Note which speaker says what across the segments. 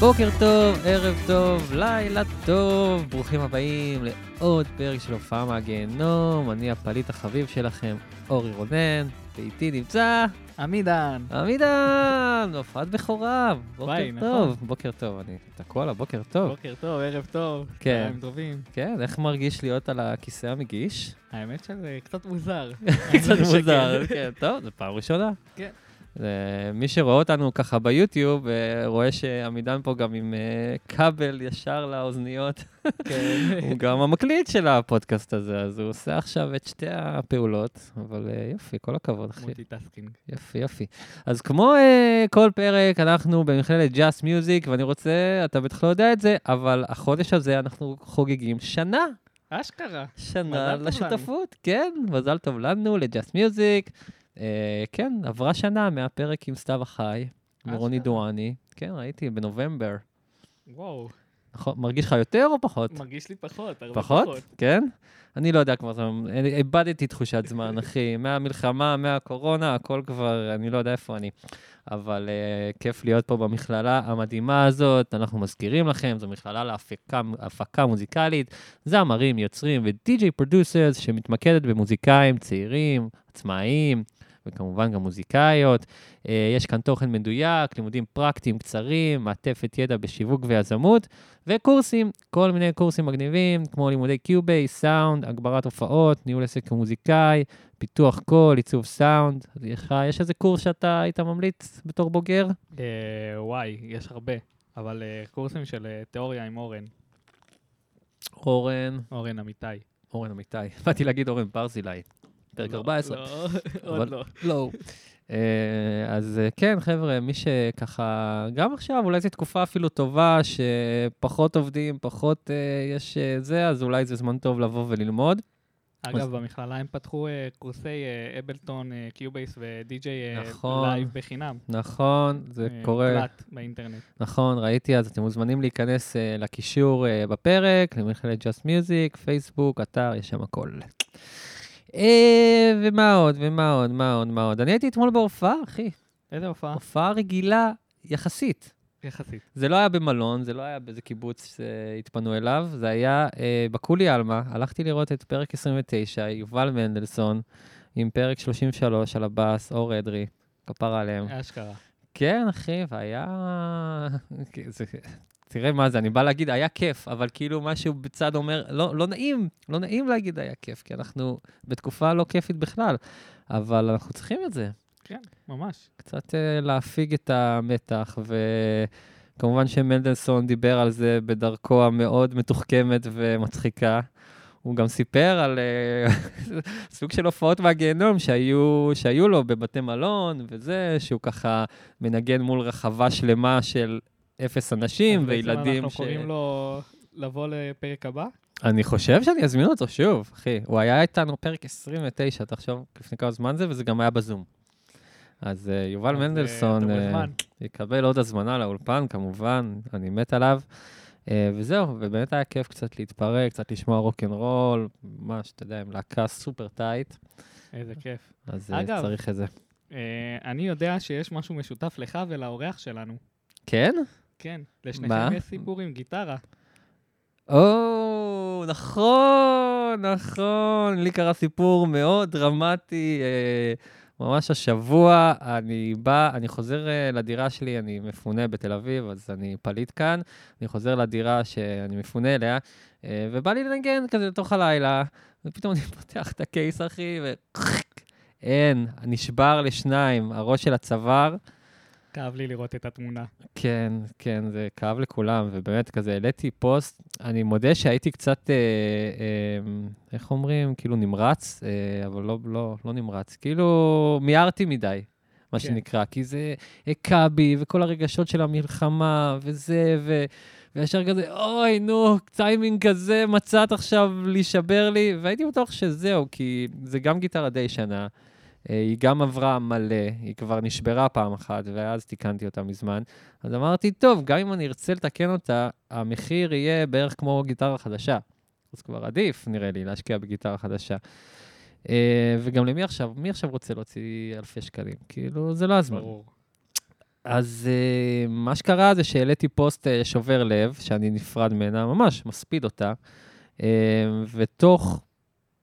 Speaker 1: בוקר טוב, ערב טוב, לילה טוב, ברוכים הבאים לעוד פרק של הופעה מהגיהנום, אני הפליט החביב שלכם, אורי רונן, ואיתי נמצא
Speaker 2: עמידן.
Speaker 1: עמידן, הופעת בכורה, בוקר
Speaker 2: וואי, נכון.
Speaker 1: טוב, בוקר טוב, אני תקוע לה, בוקר טוב.
Speaker 2: בוקר טוב, ערב טוב.
Speaker 1: כן.
Speaker 2: צהריים טובים.
Speaker 1: כן, איך מרגיש להיות על הכיסא המגיש?
Speaker 2: האמת שזה קצת מוזר.
Speaker 1: קצת
Speaker 2: אני משקר.
Speaker 1: מוזר, כן, טוב, זו פעם ראשונה.
Speaker 2: כן.
Speaker 1: זה- מי שרואה אותנו ככה ביוטיוב, אה, רואה שעמידן פה גם עם אה, כבל ישר לאוזניות.
Speaker 2: כן.
Speaker 1: הוא גם המקליט של הפודקאסט הזה, אז הוא עושה עכשיו את שתי הפעולות, אבל אה, יופי, כל הכבוד, אחי.
Speaker 2: מולטיטאסקינג.
Speaker 1: יופי, יופי. אז כמו אה, כל פרק, אנחנו במכללת Just Music, ואני רוצה, אתה בטח לא יודע את זה, אבל החודש הזה אנחנו חוגגים שנה.
Speaker 2: אשכרה.
Speaker 1: שנה
Speaker 2: מזל טוב לנו.
Speaker 1: לשותפות, כן, מזל טוב לנו, ל-Just Music. אה, כן, עברה שנה מהפרק עם סתיו החי, ורוני
Speaker 2: אשכרה.
Speaker 1: דואני. כן, ראיתי, בנובמבר.
Speaker 2: וואו,
Speaker 1: נכון, מרגיש לך יותר או פחות?
Speaker 2: מרגיש לי פחות, הרבה
Speaker 1: פחות?
Speaker 2: פחות.
Speaker 1: כן? אני לא יודע כבר זמן, אני- איבדתי תחושת זמן, אחי. מהמלחמה, מהקורונה, הכל כבר, אני לא יודע איפה אני. אבל uh, כיף להיות פה במכללה המדהימה הזאת. אנחנו מזכירים לכם, זו מכללה להפקה הפקה מוזיקלית, זמרים, יוצרים ודי-ג'יי פרודוסרס, שמתמקדת במוזיקאים צעירים, עצמאיים. וכמובן גם מוזיקאיות. אה, יש כאן תוכן מדויק, לימודים פרקטיים קצרים, מעטפת ידע בשיווק ויזמות, וקורסים, כל מיני קורסים מגניבים, כמו לימודי קיוביי, סאונד, הגברת הופעות, ניהול עסק כמוזיקאי, פיתוח קול, עיצוב סאונד. אז יש לך- יש איזה קורס שאתה היית ממליץ בתור בוגר?
Speaker 2: אה, וואי, יש הרבה. אבל אה, קורסים של אה, תיאוריה עם אורן,
Speaker 1: אורן,
Speaker 2: אורן אמיתי.
Speaker 1: אורן אמיתי. באתי להגיד אורן ברזילי, פרק
Speaker 2: לא,
Speaker 1: 14.
Speaker 2: לא,
Speaker 1: אבל-
Speaker 2: עוד לא.
Speaker 1: לא. אה, אז אה, כן, חבר'ה, מי שככה, גם עכשיו, אולי זו תקופה אפילו טובה, שפחות עובדים, פחות אה, יש אה, זה, אז אולי זה זמן טוב לבוא וללמוד. אז-
Speaker 2: אגב, במכללה הם פתחו אה, קורסי אה, אבלטון, אה, קיובייס ודי-ג'יי אה,
Speaker 1: נכון.
Speaker 2: לייב בחינם.
Speaker 1: נכון, זה
Speaker 2: אה,
Speaker 1: קורה.
Speaker 2: מוקלט באינטרנט.
Speaker 1: נכון, ראיתי, אז אתם מוזמנים להיכנס uh, לקישור uh, בפרק, למכללת Just Music, פייסבוק, אתר, יש שם הכל. Uh, ומה עוד, ומה עוד, מה עוד, מה עוד. אני הייתי אתמול בהופעה, אחי,
Speaker 2: איזה
Speaker 3: אה?
Speaker 2: הופעה?
Speaker 1: הופעה רגילה יחסית.
Speaker 2: יחסית.
Speaker 1: זה לא היה במלון, זה לא היה באיזה קיבוץ שהתפנו אליו, זה היה אה, בקולי עלמה. הלכתי לראות את פרק 29, יובל מנדלסון, עם פרק 33 על הבאס, אור אדרי, כפרה עליהם.
Speaker 2: אשכרה.
Speaker 1: כן, אחי, והיה... זה- תראה מה זה, אני בא להגיד, היה כיף, אבל כאילו משהו בצד אומר, לא, לא נעים, לא נעים להגיד היה כיף, כי אנחנו בתקופה לא כיפית בכלל, אבל אנחנו צריכים את זה.
Speaker 2: כן, ממש.
Speaker 1: קצת אה, להפיג את המתח, וכמובן שמנדלסון דיבר על זה בדרכו המאוד מתוחכמת ומצחיקה. הוא גם סיפר על אה, סוג של הופעות מהגיהנום שהיו, שהיו לו בבתי מלון וזה, שהוא ככה מנגן מול רחבה שלמה של אפס אנשים
Speaker 2: אז בעצם
Speaker 1: וילדים
Speaker 2: אנחנו קוראים לו לבוא לפרק הבא?
Speaker 1: אני חושב שאני אזמין אותו שוב, אחי. הוא היה איתנו פרק 29, תחשוב לפני כמה זמן זה, וזה גם היה בזום. אז אה, יובל
Speaker 2: אז, אה,
Speaker 1: מנדלסון
Speaker 2: אתה
Speaker 1: אה,
Speaker 2: מוזמן.
Speaker 1: יקבל עוד הזמנה לאולפן, כמובן, אני מת עליו. אה, וזהו, ובאמת היה כיף קצת להתפרק, קצת לשמוע רוקנרול, ממש, אתה יודע, עם להקה סופר טייט,
Speaker 2: איזה כיף.
Speaker 1: אז אה,
Speaker 2: אגב.
Speaker 1: צריך את זה.
Speaker 2: אה, אני יודע שיש משהו משותף לך ולאורח שלנו.
Speaker 1: כן?
Speaker 2: כן,
Speaker 1: מה?
Speaker 2: לשניכם יש סיפור עם גיטרה.
Speaker 1: או, נכון, נכון. לי קרה סיפור מאוד דרמטי. אה, ממש השבוע אני בא, אני חוזר אה, לדירה שלי, אני מפונה בתל אביב, אז אני פליט כאן. אני חוזר לדירה שאני מפונה אליה, אה, ובא לי לנגן כזה לתוך הלילה, ופתאום אני פותח את הקייס, אחי, ו... אין, נשבר לשניים, הראש של הצוואר.
Speaker 2: כאב לי לראות את התמונה.
Speaker 1: כן, כן, זה כאב לכולם, ובאמת, כזה העליתי פוסט, אני מודה שהייתי קצת, אה, אה, איך אומרים, כאילו נמרץ, אה, אבל לא, לא, לא נמרץ, כאילו מיהרתי מדי, מה
Speaker 2: כן.
Speaker 1: שנקרא, כי זה הכה בי, וכל הרגשות של המלחמה, וזה, ו... וישר כזה, אוי, נו, טיימינג כזה מצאת עכשיו להישבר לי, והייתי בטוח שזהו, כי זה גם גיטרה די שנה. אה, היא גם עברה מלא, היא כבר נשברה פעם אחת, ואז תיקנתי אותה מזמן. אז אמרתי, טוב, גם אם אני ארצה לתקן אותה, המחיר יהיה בערך כמו גיטרה חדשה. אז כבר עדיף, נראה לי, להשקיע בגיטרה חדשה. אה, וגם למי עכשיו, מי עכשיו רוצה להוציא אלפי שקלים? כאילו, זה לא הזמן.
Speaker 2: ברור.
Speaker 1: אז אה, מה שקרה זה שהעליתי פוסט אה, שובר לב, שאני נפרד ממנה, ממש מספיד אותה, אה, ותוך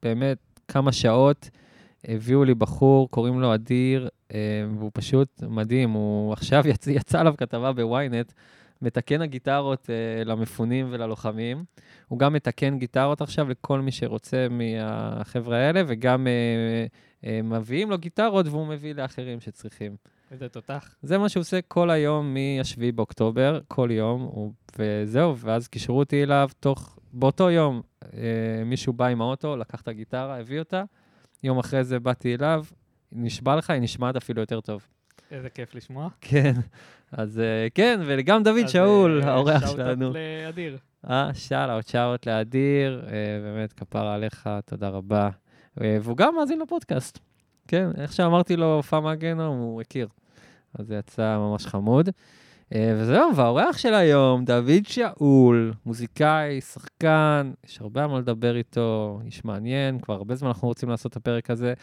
Speaker 1: באמת כמה שעות הביאו לי בחור, קוראים לו אדיר, אה, והוא פשוט מדהים, הוא עכשיו יצא, יצא עליו כתבה בוויינט, מתקן הגיטרות אה, למפונים וללוחמים. הוא גם מתקן גיטרות עכשיו לכל מי שרוצה מהחבר'ה האלה, וגם אה, אה, מביאים לו גיטרות והוא מביא לאחרים שצריכים.
Speaker 2: איזה תותח.
Speaker 1: זה מה שהוא עושה כל היום מ-7 באוקטובר, כל יום, הוא, וזהו, ואז קישרו אותי אליו תוך, באותו יום אה, מישהו בא עם האוטו, לקח את הגיטרה, הביא אותה, יום אחרי זה באתי אליו, נשבע לך, היא נשמעת אפילו יותר טוב.
Speaker 2: איזה כיף לשמוע.
Speaker 1: כן, אז אה, כן, וגם דוד
Speaker 2: אז,
Speaker 1: שאול,
Speaker 2: אה,
Speaker 1: האורח
Speaker 2: שאוט-אאוט
Speaker 1: שלנו.
Speaker 2: לאדיר.
Speaker 1: אה, שאלות, שאלות לאדיר, אה, באמת, כפרה עליך, תודה רבה. אה, והוא גם מאזין לפודקאסט. כן, איך שאמרתי לו, פעם מהגיהנום, הוא הכיר. אז זה יצא ממש חמוד. אה, וזהו, והאורח של היום, דוד שאול, מוזיקאי, שחקן, יש הרבה על מה לדבר איתו, איש מעניין, כבר הרבה זמן אנחנו רוצים לעשות את הפרק הזה.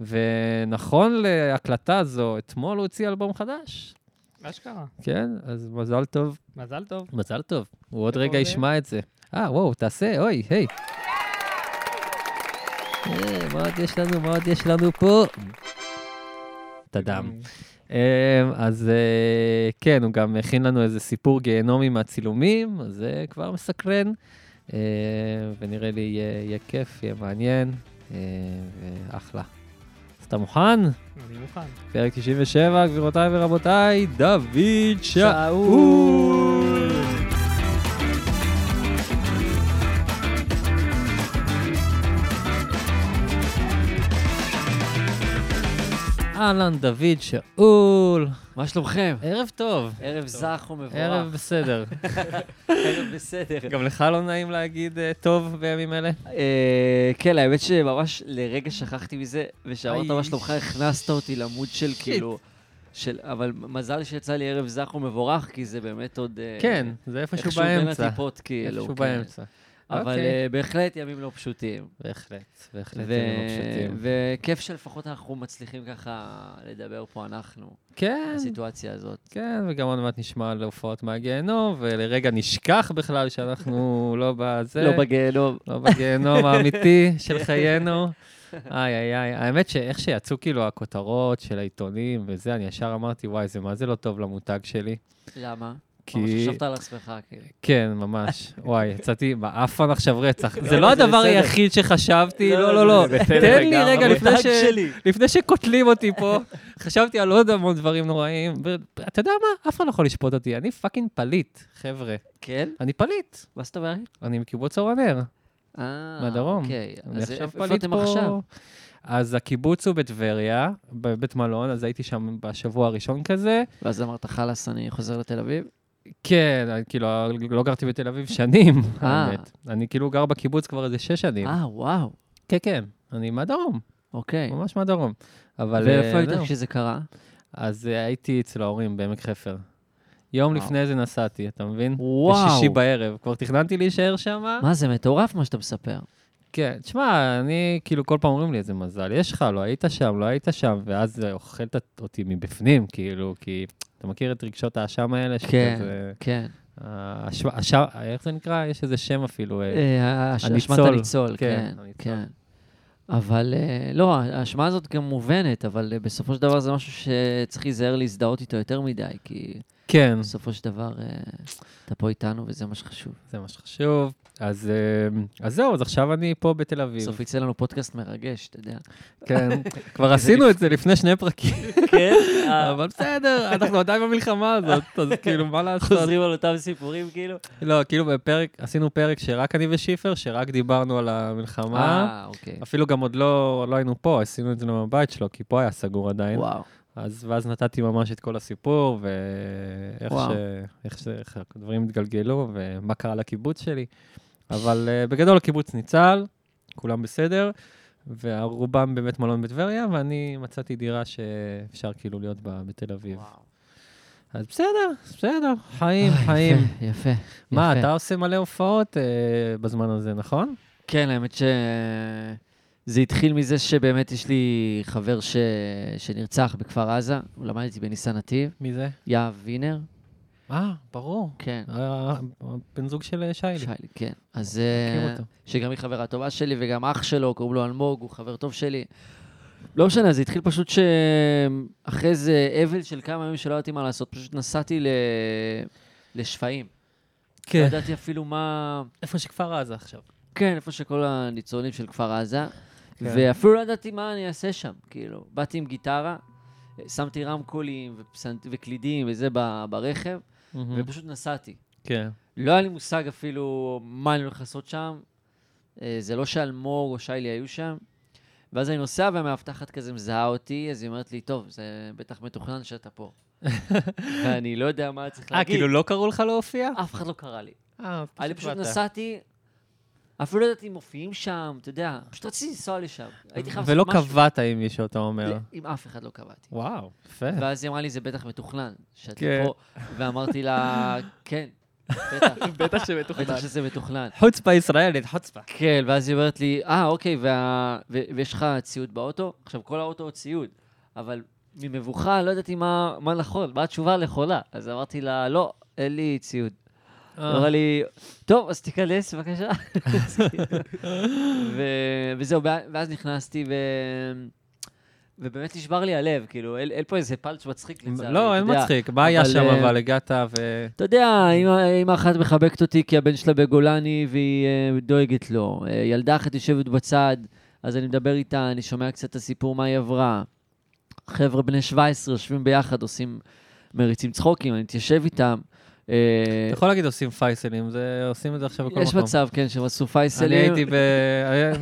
Speaker 1: ונכון להקלטה זו, אתמול הוא הוציא אלבום חדש.
Speaker 2: אשכרה.
Speaker 1: כן, אז מזל טוב
Speaker 2: מזל טוב.
Speaker 1: מזל טוב, הוא עוד
Speaker 2: איפה
Speaker 1: רגע
Speaker 2: זה?
Speaker 1: ישמע את זה. אה, וואו, תעשה, אוי, היי. אה, מה עוד יש לנו, מה עוד יש לנו פה? תדאם. אמ, אז אה, כן, הוא גם הכין לנו איזה סיפור גיהנומי מהצילומים, אז זה כבר מסקרן, אה, ונראה לי יהיה יהיה כיף, יהיה מעניין, אה, ואחלה. אז אתה מוכן?
Speaker 2: אני מוכן.
Speaker 1: פרק 97, גבירותיי ורבותיי, דוד שאול.
Speaker 2: שאול.
Speaker 1: אהלן, דוד שאול.
Speaker 4: מה שלומכם?
Speaker 1: ערב טוב.
Speaker 4: ערב זך ומבורך.
Speaker 1: ערב בסדר.
Speaker 4: ערב בסדר.
Speaker 1: גם לך לא נעים להגיד אה, טוב בימים אלה?
Speaker 4: אה, כן, האמת שממש לרגע שכחתי מזה, ושאמרת
Speaker 1: איי,
Speaker 4: מה שלומך, הכנסת אותי למוד של
Speaker 1: שיט.
Speaker 4: כאילו... של, אבל מזל שיצא לי ערב זך ומבורך, כי זה באמת עוד... אה,
Speaker 1: כן, זה איפשהו
Speaker 4: איכשהו בין
Speaker 1: באמצע.
Speaker 4: הטיפות, כאילו.
Speaker 1: איפשהו
Speaker 4: כן.
Speaker 1: באמצע.
Speaker 4: אבל
Speaker 1: אוקיי.
Speaker 4: אה, בהחלט ימים לא פשוטים.
Speaker 1: בהחלט, בהחלט,
Speaker 4: ו-
Speaker 1: הם לא פשוטים.
Speaker 4: וכיף שלפחות אנחנו מצליחים ככה לדבר פה אנחנו,
Speaker 1: כן,
Speaker 4: בסיטואציה הזאת.
Speaker 1: כן, וגם עוד מעט נשמע על הופעות מהגיהנום, ולרגע נשכח בכלל שאנחנו לא בזה.
Speaker 4: לא בגיהנום.
Speaker 1: לא בגיהנום האמיתי של חיינו. איי, איי, איי. האמת שאיך שיצאו כאילו הכותרות של העיתונים וזה, אני ישר אמרתי, וואי, זה מה זה לא טוב למותג שלי.
Speaker 4: למה?
Speaker 1: כי-
Speaker 4: ממש חשבת על עצמך, כאילו.
Speaker 1: כן, ממש. וואי, יצאתי מעפן עכשיו רצח. זה לא
Speaker 4: זה
Speaker 1: הדבר
Speaker 4: בסדר.
Speaker 1: היחיד שחשבתי, לא, לא, לא.
Speaker 4: זה בסדר
Speaker 1: תן לי
Speaker 4: לגמרי.
Speaker 1: רגע לפני
Speaker 4: המותג
Speaker 1: ש...
Speaker 4: שלי.
Speaker 1: לפני שקוטלים אותי פה, חשבתי על עוד המון דברים נוראים. ואתה יודע מה? אף אחד לא יכול לשפוט אותי. אני פאקינג פליט, חבר'ה.
Speaker 4: כן?
Speaker 1: אני פליט.
Speaker 4: מה זאת אומרת?
Speaker 1: אני מקיבוץ אור הנר.
Speaker 4: אה,
Speaker 1: מהדרום.
Speaker 4: אוקיי,
Speaker 1: אני
Speaker 4: אז
Speaker 1: עכשיו
Speaker 4: איפה
Speaker 1: פליט
Speaker 4: אתם
Speaker 1: פה.
Speaker 4: עכשיו?
Speaker 1: אז הקיבוץ הוא בטבריה, בבית מלון, אז הייתי שם בשבוע הראשון כזה.
Speaker 4: ואז אמרת, חלאס, אני חוזר לתל אביב?
Speaker 1: כן, כאילו, לא גרתי בתל אביב שנים,
Speaker 4: אה.
Speaker 1: האמת. אני כאילו גר בקיבוץ כבר איזה שש שנים.
Speaker 4: אה, וואו,
Speaker 1: כן, כן, אני מהדרום,
Speaker 4: אוקיי.
Speaker 1: ממש מהדרום. אבל... אה,
Speaker 4: ואיפה היית
Speaker 1: זהו.
Speaker 4: כשזה קרה?
Speaker 1: אז אה, הייתי אצל ההורים בעמק חפר. יום
Speaker 4: וואו.
Speaker 1: לפני זה נסעתי, אתה מבין? בשישי
Speaker 4: וואו,
Speaker 1: בערב. כבר תכננתי להישאר שם.
Speaker 4: מה זה מטורף מה שאתה מספר.
Speaker 1: כן, תשמע, אני, כאילו, כל פעם אומרים לי, איזה מזל יש לך, לא היית שם, לא היית שם, ואז זה אוכל את- אותי מבפנים, כאילו, כי אתה מכיר את רגשות האשם האלה?
Speaker 4: כן,
Speaker 1: שכזה,
Speaker 4: כן.
Speaker 1: אה, הש- הש- איך זה נקרא? יש איזה שם אפילו. אה,
Speaker 4: אה, הש- אשמת
Speaker 1: הניצול.
Speaker 4: הניצול,
Speaker 1: כן,
Speaker 4: כן,
Speaker 1: הניצול.
Speaker 4: כן. אבל אה, לא, האשמה הזאת גם מובנת, אבל אה, בסופו של דבר זה משהו שצריך להיזהר להזדהות איתו יותר מדי, כי
Speaker 1: כן,
Speaker 4: בסופו של דבר אה, אתה פה איתנו וזה מה שחשוב.
Speaker 1: זה מה שחשוב. אז אה, אז זהו, אז עכשיו אני פה בתל אביב.
Speaker 4: בסוף יצא לנו פודקאסט מרגש, אתה יודע.
Speaker 1: כן, כבר עשינו את זה לפני שני פרקים,
Speaker 4: כן,
Speaker 1: אבל בסדר, אנחנו עדיין במלחמה הזאת, אז כאילו, מה לעשות?
Speaker 4: חוזרים על אותם סיפורים, כאילו.
Speaker 1: לא, כאילו, בפרק, עשינו פרק שרק אני ושיפר, שרק דיברנו על המלחמה.
Speaker 4: אה, אוקיי.
Speaker 1: אפילו גם עוד לא, לא היינו פה, עשינו את זה מהבית שלו, כי פה היה סגור עדיין.
Speaker 4: וואו.
Speaker 1: אז ואז נתתי ממש את כל הסיפור, ואיך
Speaker 4: וואו.
Speaker 1: ש... איך ש... איך הדברים התגלגלו, ומה קרה לקיבוץ שלי. אבל uh, בגדול הקיבוץ ניצל, כולם בסדר, ורובם בבית מלון בטבריה, ואני מצאתי דירה שאפשר כאילו להיות בה בתל אביב. וואו.
Speaker 4: וואו.
Speaker 1: אז בסדר, בסדר, חיים,
Speaker 4: אה,
Speaker 1: חיים.
Speaker 4: יפה, יפה.
Speaker 1: מה,
Speaker 4: יפה.
Speaker 1: אתה עושה מלא הופעות אה, בזמן הזה, נכון?
Speaker 4: כן, האמת ש... זה התחיל מזה שבאמת יש לי חבר ש... שנרצח בכפר עזה, הוא למד איתי בניסן נתיב,
Speaker 1: מי זה?
Speaker 4: יהב וינר.
Speaker 1: אה, ברור.
Speaker 4: כן.
Speaker 1: בן אה, זוג של שיילי.
Speaker 4: שיילי, כן. אז...
Speaker 1: מכיר
Speaker 4: אה,
Speaker 1: אותו.
Speaker 4: שגם היא חברה טובה שלי, וגם אח שלו, קוראים לו אלמוג, הוא חבר טוב שלי. לא משנה, זה התחיל פשוט שאחרי איזה אבל של כמה ימים שלא ידעתי מה לעשות, פשוט נסעתי ל... לשפיים. כן. לא ידעתי אפילו מה...
Speaker 1: איפה שכפר עזה עכשיו.
Speaker 4: כן, איפה שכל הניצולים של כפר עזה.
Speaker 1: כן.
Speaker 4: ואפילו לא ידעתי מה אני אעשה שם, כאילו. באתי עם גיטרה, שמתי רמקולים ופסנ- וקלידים וזה ב- ברכב,
Speaker 1: Mm.
Speaker 4: ופשוט נסעתי.
Speaker 1: כן.
Speaker 4: לא היה לי מושג אפילו מה אני הולך לעשות שם. אה, זה לא שאלמוג או שיילי היו שם. ואז אני נוסע והמאבטחת כזה מזהה אותי, אז היא אומרת לי, טוב, זה בטח מתוכנן שאתה פה. ואני לא יודע מה צריך
Speaker 1: אה,
Speaker 4: להגיד.
Speaker 1: כאילו לא קראו לך להופיע?
Speaker 4: אף אחד לא קרא לי.
Speaker 1: אה,
Speaker 4: אני פשוט
Speaker 1: באת.
Speaker 4: נסעתי, אפילו לא ידעתי אם מופיעים שם, אתה יודע, פשוט רציתי לנסוע לשם. הייתי חייב
Speaker 1: ולא
Speaker 4: לעשות משהו.
Speaker 1: קבעת עם מישהו, אתה אומר.
Speaker 4: לא, עם אף אחד לא קבעתי.
Speaker 1: וואו, יפה.
Speaker 4: ואז היא אמרה לי, זה בטח מתוכנן, שאתה
Speaker 1: אוקיי. כן.
Speaker 4: פה. ואמרתי לה, כן, בטח,
Speaker 2: בטח שבתוכנן.
Speaker 4: בטח שזה מתוכנן.
Speaker 1: חוצפה ישראלית, חוצפה.
Speaker 4: כן, ואז היא אומרת לי, אה, אוקיי, וה... ו... ויש לך ציוד באוטו? עכשיו, כל האוטו הוא ציוד, אבל ממבוכה לא ידעתי מה, מה נכון, מה התשובה הנכונה. אז אמרתי לה, לא, אין לי ציוד.
Speaker 1: אה.
Speaker 4: היא אמרה לי, טוב, אז תיכנס, בבקשה. ו... וזהו, ואז נכנסתי, ו... ובאמת נשבר לי הלב, כאילו, אין, אין פה איזה פלץ' מצחיק לצערי.
Speaker 1: לא,
Speaker 4: אתה
Speaker 1: אין
Speaker 4: יודע.
Speaker 1: מצחיק. מה היה
Speaker 4: אבל,
Speaker 1: שם,
Speaker 4: אה,
Speaker 1: אבל הגעת ו...
Speaker 4: אתה יודע, אמא- אמא אחת מחבקת אותי כי הבן שלה בגולני והיא אה, דואגת לו. אה, ילדה אחת יושבת בצד, אז אני מדבר איתה, אני שומע קצת את הסיפור מה היא עברה. חבר'ה בני 17 יושבים ביחד, עושים, מריצים צחוקים, אני מתיישב איתם. אה,
Speaker 1: אתה יכול להגיד עושים פייסלים, זה- עושים את זה עכשיו בכל
Speaker 4: יש
Speaker 1: מקום.
Speaker 4: מצב, כן, שהם עשו
Speaker 1: אני
Speaker 4: פייסלים.
Speaker 1: הייתי ב... היה-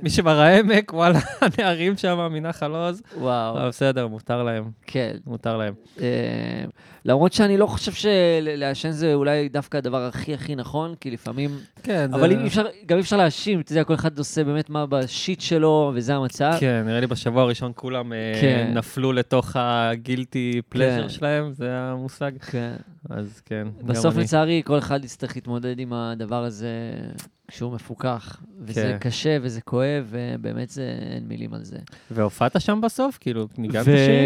Speaker 1: מי שמראה העמק, וואלה, הנערים שם מנחל עוז.
Speaker 4: וואו,
Speaker 1: אבל בסדר, מותר להם,
Speaker 4: כן.
Speaker 1: מותר להם.
Speaker 4: אה, למרות שאני לא חושב שלעשן זה אולי דווקא הדבר הכי הכי נכון, כי לפעמים...
Speaker 1: כן, זה...
Speaker 4: אבל אם אפשר, גם אי אפשר להאשים, אתה יודע, כל אחד עושה באמת מה בשיט שלו, וזה המצב.
Speaker 1: כן, נראה לי בשבוע הראשון כולם אה,
Speaker 4: כן.
Speaker 1: נפלו לתוך הגילטי
Speaker 4: כן.
Speaker 1: פלז'ר שלהם, זה המושג.
Speaker 4: כן.
Speaker 1: אז כן, גם אני.
Speaker 4: בסוף, לצערי, כל אחד יצטרך להתמודד עם הדבר הזה כשהוא מפוקח. וזה
Speaker 1: כן.
Speaker 4: קשה וזה כואב, ובאמת זה, אין מילים על זה.
Speaker 1: והופעת שם בסוף? כאילו, ניגנת
Speaker 4: ו-
Speaker 1: שירים?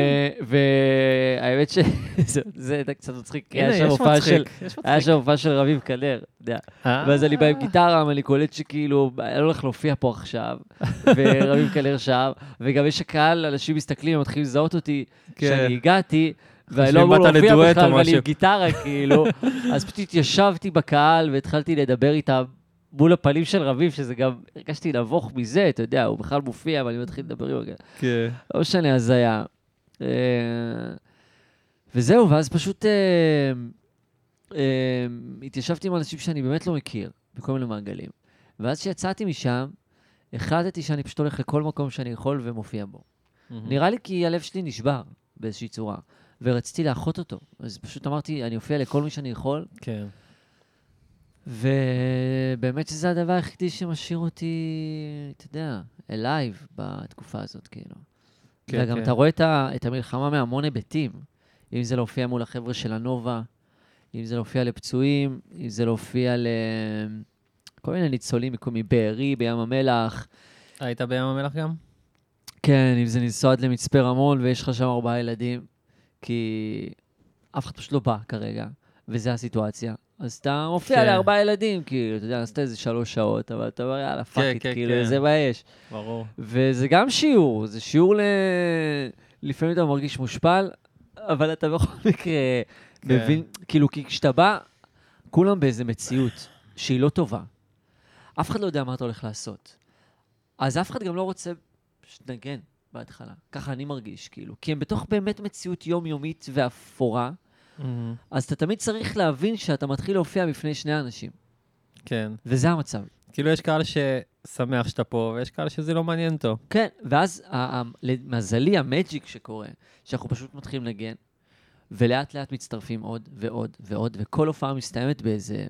Speaker 4: והאמת שזה זה הייתה קצת מצחיק. היה
Speaker 1: הנה,
Speaker 4: שם
Speaker 1: כן, יש
Speaker 4: הופעה של-
Speaker 1: מצחיק, יש
Speaker 4: היה
Speaker 1: מצחיק.
Speaker 4: שם הופעה של רביב כנר, אתה יודע.
Speaker 1: אה,
Speaker 4: ואז אני בא עם גיטרה, ואני קולט שכאילו, אני לא הולך להופיע פה עכשיו, ורבים כנר שם, וגם יש הקהל, אנשים מסתכלים, מתחילים לזהות אותי,
Speaker 1: כן.
Speaker 4: שאני הגעתי, ואני
Speaker 1: חושבים
Speaker 4: לא אמור
Speaker 1: באת
Speaker 4: להופיע
Speaker 1: לדואט
Speaker 4: בכלל,
Speaker 1: או
Speaker 4: ואני עם
Speaker 1: משהו.
Speaker 4: גיטרה, כאילו. אז פשוט התיישבתי בקהל והתחלתי לדבר איתם. מול הפנים של רביב, שזה גם, הרגשתי נבוך מזה, אתה יודע, הוא בכלל מופיע, ואני מתחיל לדבר עם הגל.
Speaker 1: כן.
Speaker 4: לא משנה, הזיה. אה, וזהו, ואז פשוט אה, אה, התיישבתי עם אנשים שאני באמת לא מכיר, בכל מיני מעגלים. ואז כשיצאתי משם, החלטתי שאני פשוט הולך לכל מקום שאני יכול ומופיע בו. נראה לי כי הלב שלי נשבר באיזושהי צורה, ורציתי לאחות אותו. אז פשוט אמרתי, אני אופיע לכל מי שאני יכול,
Speaker 1: כן.
Speaker 4: ובאמת שזה הדבר היחידי שמשאיר אותי, אתה יודע, אלייב בתקופה הזאת, כאילו.
Speaker 1: כן,
Speaker 4: כן, וגם
Speaker 1: כן.
Speaker 4: כן. אתה רואה את, ה, את המלחמה מהמון היבטים. אם זה להופיע מול החבר'ה של הנובה, אם זה להופיע לפצועים, אם זה להופיע ל... כל מיני ניצולים מכל- מבארי, בים המלח.
Speaker 1: היית בים המלח גם?
Speaker 4: כן, אם זה לנסוע עד למצפה רמון ויש לך שם ארבעה ילדים, כי אף אחד פשוט לא בא כרגע, וזו הסיטואציה. אז אתה מופיע
Speaker 1: כן.
Speaker 4: לארבעה ילדים, כאילו, אתה יודע, עשית איזה שלוש שעות, אבל אתה אומר, יאללה, פאק איט,
Speaker 1: כן,
Speaker 4: כאילו,
Speaker 1: כן.
Speaker 4: זה מה יש.
Speaker 1: ברור.
Speaker 4: וזה גם שיעור, זה שיעור ל... לפעמים אתה מרגיש מושפל, אבל אתה בכל מקרה
Speaker 1: כן.
Speaker 4: מבין, כאילו, כי כשאתה בא, כולם באיזה מציאות שהיא לא טובה. אף אחד לא יודע מה אתה הולך לעשות. אז אף אחד גם לא רוצה שתנגן בהתחלה. ככה אני מרגיש, כאילו. כי הם בתוך באמת מציאות יומיומית ואפורה, אז אתה תמיד צריך להבין שאתה מתחיל להופיע בפני שני אנשים.
Speaker 1: כן.
Speaker 4: וזה המצב.
Speaker 1: כאילו, יש קהל ששמח שאתה פה, ויש קהל שזה לא מעניין אותו.
Speaker 4: כן, ואז ה- ה- למזלי, המג'יק שקורה, שאנחנו פשוט מתחילים לנגן, ולאט לאט מצטרפים עוד ועוד ועוד, וכל הופעה מסתיימת באיזה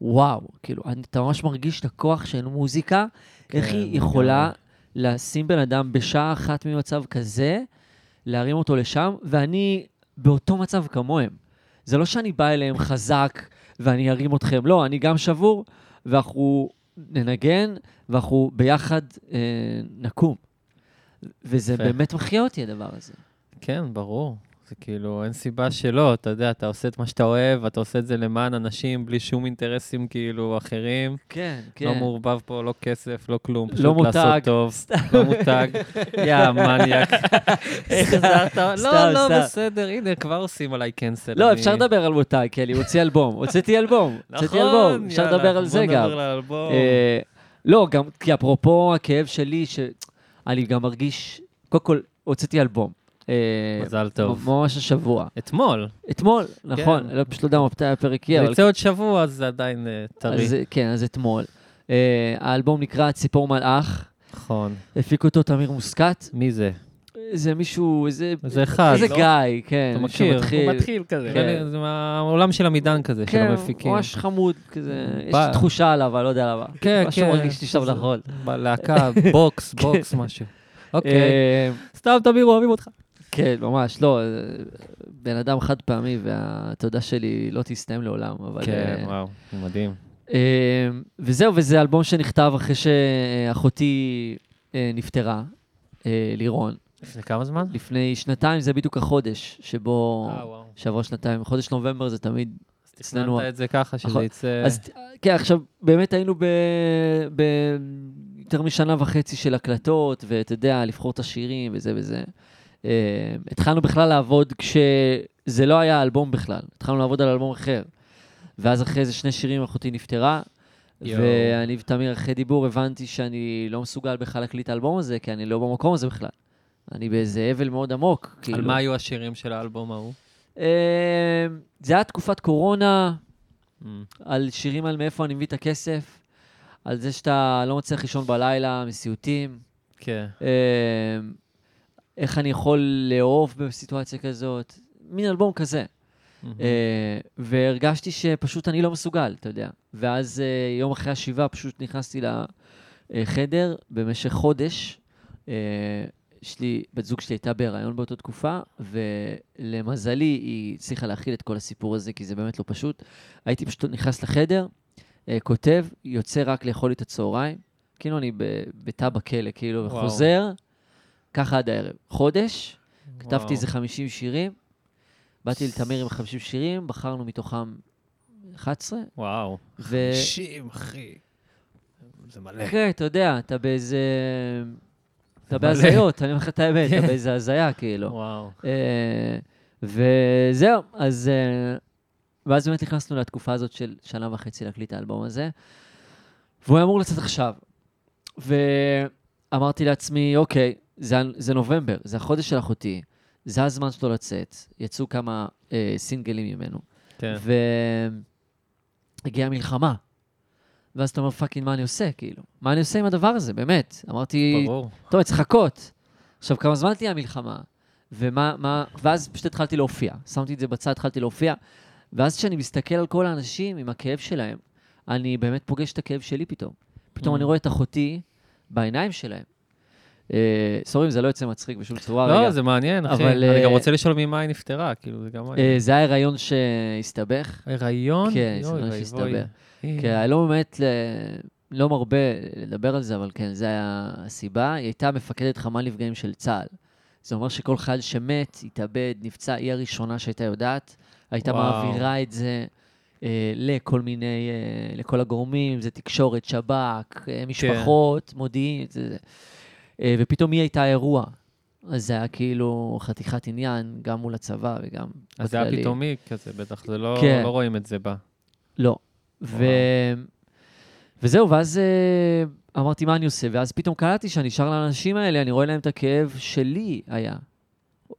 Speaker 4: וואו, כאילו, אני- אתה ממש מרגיש את הכוח של מוזיקה,
Speaker 1: כן,
Speaker 4: איך היא יכולה לשים בן אדם בשעה אחת ממצב כזה, להרים אותו לשם, ואני באותו מצב כמוהם. זה לא שאני בא אליהם חזק ואני ארים אתכם, לא, אני גם שבור, ואנחנו ננגן, ואנחנו ביחד אה, נקום. וזה
Speaker 1: יפה.
Speaker 4: באמת מחיה אותי, הדבר הזה.
Speaker 1: כן, ברור. זה כאילו, אין סיבה שלא, אתה יודע, אתה עושה את מה שאתה אוהב, אתה עושה את זה למען אנשים, בלי שום אינטרסים כאילו אחרים.
Speaker 4: כן, כן.
Speaker 1: לא מעורבב פה, לא כסף, לא כלום. פשוט
Speaker 4: לא מותג.
Speaker 1: לעשות טוב, לא מותג. יא מניאק. איך חזרת?
Speaker 4: סתם,
Speaker 1: לא, לא,
Speaker 4: סתם.
Speaker 1: בסדר, הנה, כבר עושים עליי קנסל.
Speaker 4: לא,
Speaker 1: אני- נכון,
Speaker 4: אפשר לדבר על מותג, כי אני הוציא אלבום. הוצאתי אלבום, הוצאתי אלבום, אפשר
Speaker 1: יאללה,
Speaker 4: לדבר על זה
Speaker 1: בוא
Speaker 4: גם.
Speaker 1: נדבר על אלבום.
Speaker 4: אה, לא, גם כי אפרופו הכאב שלי, שאני גם מרגיש, קודם כל, הוצאתי אלבום. אה,
Speaker 1: מזל טוב.
Speaker 4: ממש השבוע.
Speaker 1: אתמול.
Speaker 4: אתמול, נכון, לא- פשוט לא יודע מתי הפרק יהיה,
Speaker 1: זה
Speaker 4: אבל
Speaker 1: יוצא עוד שבוע, אז זה עדיין אה, טרי.
Speaker 4: אז, כן, אז אתמול. אה, האלבום נקרא ציפור מלאך,
Speaker 1: נכון.
Speaker 4: הפיק אותו תמיר מוסקת.
Speaker 1: מי זה?
Speaker 4: זה מישהו, זה...
Speaker 1: זה אחד.
Speaker 4: איזה
Speaker 1: לא?
Speaker 4: גיא, כן.
Speaker 1: אתה
Speaker 4: שהוא
Speaker 1: מכיר,
Speaker 2: הוא
Speaker 4: מתחיל.
Speaker 2: מתחיל כזה.
Speaker 4: כן.
Speaker 1: אה, זה מהעולם של עמידן כזה, של
Speaker 4: כן,
Speaker 1: המפיקים.
Speaker 4: ממש חמוד, כזה, יש
Speaker 1: בא-
Speaker 4: תחושה עליו, אני לא יודע למה.
Speaker 1: כן,
Speaker 4: משהו
Speaker 1: כן.
Speaker 4: מרגיש לי שם
Speaker 1: זה-
Speaker 4: נכון.
Speaker 1: בלהקה, בוקס, בוקס, משהו. אוקיי.
Speaker 4: אה,
Speaker 1: סתם, תמיר, אוהבים אותך.
Speaker 4: כן, ממש, לא, אה, בן אדם חד פעמי, והתודה שלי לא תסתיים לעולם, אבל...
Speaker 1: כן,
Speaker 4: אה,
Speaker 1: וואו, מדהים.
Speaker 4: אה, וזהו, וזה אלבום שנכתב אחרי שאחותי אה, נפטרה, אה, לירון.
Speaker 1: לפני כמה זמן?
Speaker 4: לפני שנתיים, זה בדיוק החודש שבו...
Speaker 1: אה, וואו.
Speaker 4: שעברו שנתיים, חודש נובמבר זה תמיד
Speaker 1: אז
Speaker 4: אצלנו-
Speaker 1: תכננת את זה ככה, שזה
Speaker 4: נכון.
Speaker 1: יצא...
Speaker 4: אז ת- כן, עכשיו, באמת היינו ב... ב... יותר משנה וחצי של הקלטות, ואתה יודע, לבחור את השירים וזה וזה. אה, התחלנו בכלל לעבוד כשזה לא היה אלבום בכלל, התחלנו לעבוד על אלבום אחר. ואז אחרי איזה שני שירים אחותי נפטרה,
Speaker 1: יואו.
Speaker 4: ואני ותמיר אחרי דיבור הבנתי שאני לא מסוגל בכלל להקליט את האלבום הזה, כי אני לא במקום הזה בכלל. אני באיזה אבל מאוד עמוק.
Speaker 1: על
Speaker 4: כאילו.
Speaker 1: מה היו השירים של האלבום ההוא?
Speaker 4: אה, זה היה תקופת קורונה, Mm.
Speaker 1: אמ,
Speaker 4: על שירים על מאיפה אני מביא את הכסף, על זה שאתה לא מצליח לישון בלילה מסיוטים,
Speaker 1: כן.
Speaker 4: אה, איך אני יכול לאהוב בסיטואציה כזאת, מין אלבום כזה. אה, והרגשתי שפשוט אני לא מסוגל, אתה יודע. ואז אה, יום אחרי השבעה פשוט נכנסתי לחדר במשך חודש. אה, יש לי, בת זוג שלי הייתה בהיריון באותה תקופה, ולמזלי היא הצליחה להכיל את כל הסיפור הזה, כי זה באמת לא פשוט. הייתי פשוט נכנס לחדר, אה, כותב, יוצא רק לאכול לי את הצהריים, כאילו אני ב- בתא בכלא, כאילו,
Speaker 1: וואו.
Speaker 4: וחוזר, ככה עד הערב. חודש, כתבתי
Speaker 1: וואו.
Speaker 4: איזה 50 שירים, באתי לתמיר עם 50 שירים, בחרנו מתוכם 11,
Speaker 1: וואו.
Speaker 4: ו...
Speaker 1: נשים, אחי. זה מלא.
Speaker 4: כן, אתה יודע, אתה באיזה... אתה
Speaker 1: מלא.
Speaker 4: בהזיות, אני אומר לך את האמת, אתה
Speaker 1: כן.
Speaker 4: באיזה הזיה, כאילו.
Speaker 1: וואו.
Speaker 4: אה, וזהו, אז... אה, ואז באמת נכנסנו לתקופה הזאת של שנה וחצי להקליט את האלבום הזה, והוא היה אמור לצאת עכשיו. ואמרתי לעצמי, אוקיי, זה, זה נובמבר, זה החודש של אחותי, זה הזמן שלו לצאת, יצאו כמה אה, סינגלים ממנו.
Speaker 1: כן.
Speaker 4: והגיעה המלחמה. ואז אתה אומר, פאקינג, מה אני עושה, כאילו? מה אני עושה עם הדבר הזה, באמת? אמרתי,
Speaker 1: ברור.
Speaker 4: טוב, אני צריך לחכות. עכשיו, כמה זמן תהיה המלחמה? ומה, מה... ואז פשוט התחלתי להופיע. שמתי את זה בצד, התחלתי להופיע. ואז כשאני מסתכל על כל האנשים עם הכאב שלהם, אני באמת פוגש את הכאב שלי פתאום. פתאום
Speaker 1: Mm.
Speaker 4: אני רואה את אחותי בעיניים שלהם. אה, סורי אם זה לא יוצא מצחיק בשום צורה.
Speaker 1: לא,
Speaker 4: רגע.
Speaker 1: זה מעניין, אחי.
Speaker 4: אבל,
Speaker 1: אני גם
Speaker 4: אה,
Speaker 1: רוצה לשאול ממה היא נפטרה, כאילו, זה גם...
Speaker 4: אה, זה היה הריון שהסתבך.
Speaker 1: הריון?
Speaker 4: כן, זה
Speaker 1: יואי,
Speaker 4: מה
Speaker 1: ואי,
Speaker 4: שהסתבר.
Speaker 1: ואי. אה,
Speaker 4: כן, אני לא באמת, ל- לא מרבה לדבר על זה, אבל כן, זו הייתה הסיבה. היא הייתה מפקדת חמ"ל נפגעים של צה"ל. זה אומר שכל חייל שמת, התאבד, נפצע, היא הראשונה שהייתה יודעת. הייתה
Speaker 1: וואו.
Speaker 4: מעבירה את זה אה, לכל מיני, אה, לכל הגורמים, זה תקשורת, שב"כ, אה, משפחות, מודיעין, זה, זה. אה, ופתאום היא הייתה האירוע. אז זה היה כאילו חתיכת עניין, גם מול הצבא וגם
Speaker 1: אז זה היה
Speaker 4: בכללי.
Speaker 1: פתאומי כזה, בטח, זה לא
Speaker 4: כן.
Speaker 1: לא רואים את זה בה.
Speaker 4: לא. ו... וזהו, ואז אה, אמרתי, מה אני עושה? ואז פתאום קלטתי שנשאר לאנשים האלה, אני רואה להם את הכאב שלי היה.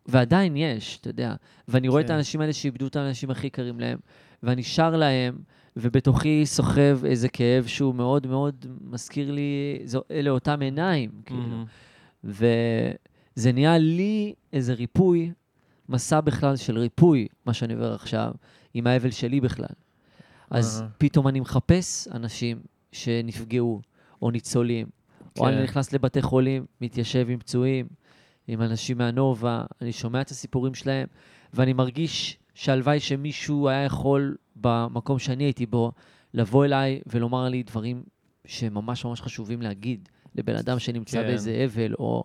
Speaker 4: ועדיין יש, אתה יודע. ואני רואה את
Speaker 1: כן.
Speaker 4: האנשים האלה שאיבדו את האנשים הכי יקרים להם, ואני שר להם, ובתוכי סוחב איזה כאב שהוא מאוד מאוד מזכיר לי, זו, אלה אותם עיניים, כאילו.
Speaker 1: מהמם.
Speaker 4: וזה נהיה לי איזה ריפוי, מסע בכלל של ריפוי, מה שאני עובר עכשיו, עם האבל שלי בכלל. אז
Speaker 1: אהה.
Speaker 4: פתאום אני מחפש אנשים שנפגעו, או ניצולים, או
Speaker 1: כן.
Speaker 4: אני נכנס לבתי חולים, מתיישב עם פצועים, עם אנשים מהנובה, אני שומע את הסיפורים שלהם, ואני מרגיש שהלוואי שמישהו היה יכול, במקום שאני הייתי בו, לבוא אליי ולומר לי דברים שממש ממש חשובים להגיד לבן אדם שנמצא
Speaker 1: כן.
Speaker 4: באיזה אבל, או...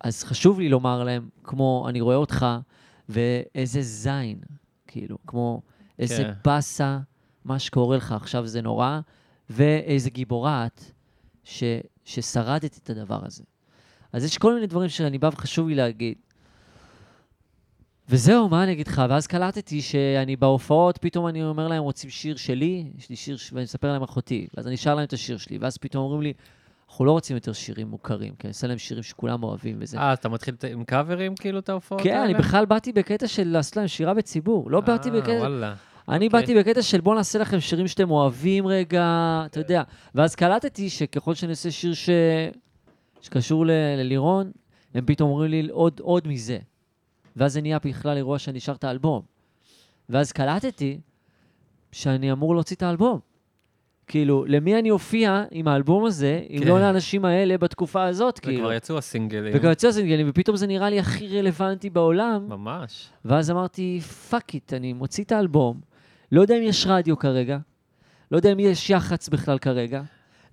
Speaker 4: אז חשוב לי לומר להם, כמו, אני רואה אותך, ואיזה זין, כאילו, כמו, איזה
Speaker 1: כן.
Speaker 4: באסה, מה שקורה לך עכשיו זה נורא, ואיזה גיבורה את, ש, ששרדת את הדבר הזה. אז יש כל מיני דברים שאני בא וחשוב לי להגיד. וזהו, מה אני אגיד לך? ואז קלטתי שאני בהופעות, פתאום אני אומר להם, רוצים שיר שלי? יש לי שיר, ש- ואני מספר להם אחותי. ואז אני שר להם את השיר שלי, ואז פתאום אומרים לי, אנחנו לא רוצים יותר שירים מוכרים, כי אני עושה להם שירים שכולם אוהבים וזה.
Speaker 1: אה, אז אתה מתחיל את- עם קאברים, כאילו, את ההופעות
Speaker 4: כן,
Speaker 1: האלה?
Speaker 4: אני בכלל באתי בקטע של לעשות להם שירה בציבור. לא באתי
Speaker 1: אה,
Speaker 4: בקטע...
Speaker 1: וואלה.
Speaker 4: אני
Speaker 1: אוקיי.
Speaker 4: באתי בקטע של בוא נעשה לכם שירים שאתם אוהבים רגע, אתה יודע. ואז קלטתי שככל שאני עושה שיר ש... שקשור ל- ללירון, הם פתאום אומרים לי עוד, עוד מזה. ואז זה נהיה בכלל אירוע שאני שר את האלבום. ואז קלטתי שאני אמור להוציא את האלבום. כאילו, למי אני אופיע עם האלבום הזה, אם
Speaker 1: כן.
Speaker 4: לא לאנשים האלה בתקופה הזאת, כאילו.
Speaker 1: וכבר יצאו הסינגלים.
Speaker 4: וכבר יוצא סינגלים, ופתאום זה נראה לי הכי רלוונטי בעולם.
Speaker 1: ממש.
Speaker 4: ואז אמרתי, פאק איט, אני מוציא את האלבום, לא יודע אם יש רדיו כרגע, לא יודע אם יש יח"צ בכלל כרגע,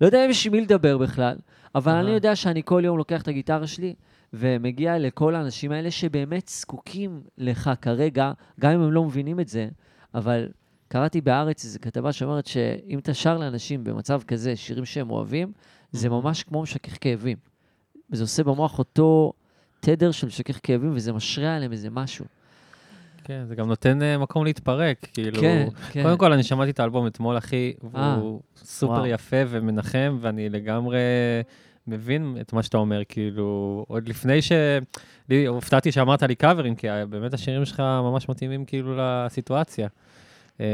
Speaker 4: לא יודע אם יש עם מי לדבר בכלל, אבל
Speaker 1: אהה.
Speaker 4: אני יודע שאני כל יום לוקח את הגיטרה שלי ומגיע לכל האנשים האלה שבאמת זקוקים לך כרגע, גם אם הם לא מבינים את זה, אבל קראתי בהארץ איזו כתבה שאומרת שאם אתה שר לאנשים במצב כזה שירים שהם אוהבים, זה ממש כמו משכך כאבים. וזה עושה במוח אותו תדר של משכך כאבים, וזה משרה עליהם איזה משהו.
Speaker 1: כן, זה גם נותן אה, מקום להתפרק, כאילו.
Speaker 4: כן, כן.
Speaker 1: קודם כל, אני שמעתי את האלבום אתמול, אחי,
Speaker 4: אה,
Speaker 1: והוא סופר
Speaker 4: וואו.
Speaker 1: יפה ומנחם, ואני לגמרי מבין את מה שאתה אומר, כאילו, עוד לפני ש... לי- הופתעתי שאמרת לי קאברים, כי ה- באמת השירים שלך ממש מתאימים כאילו לסיטואציה. אה,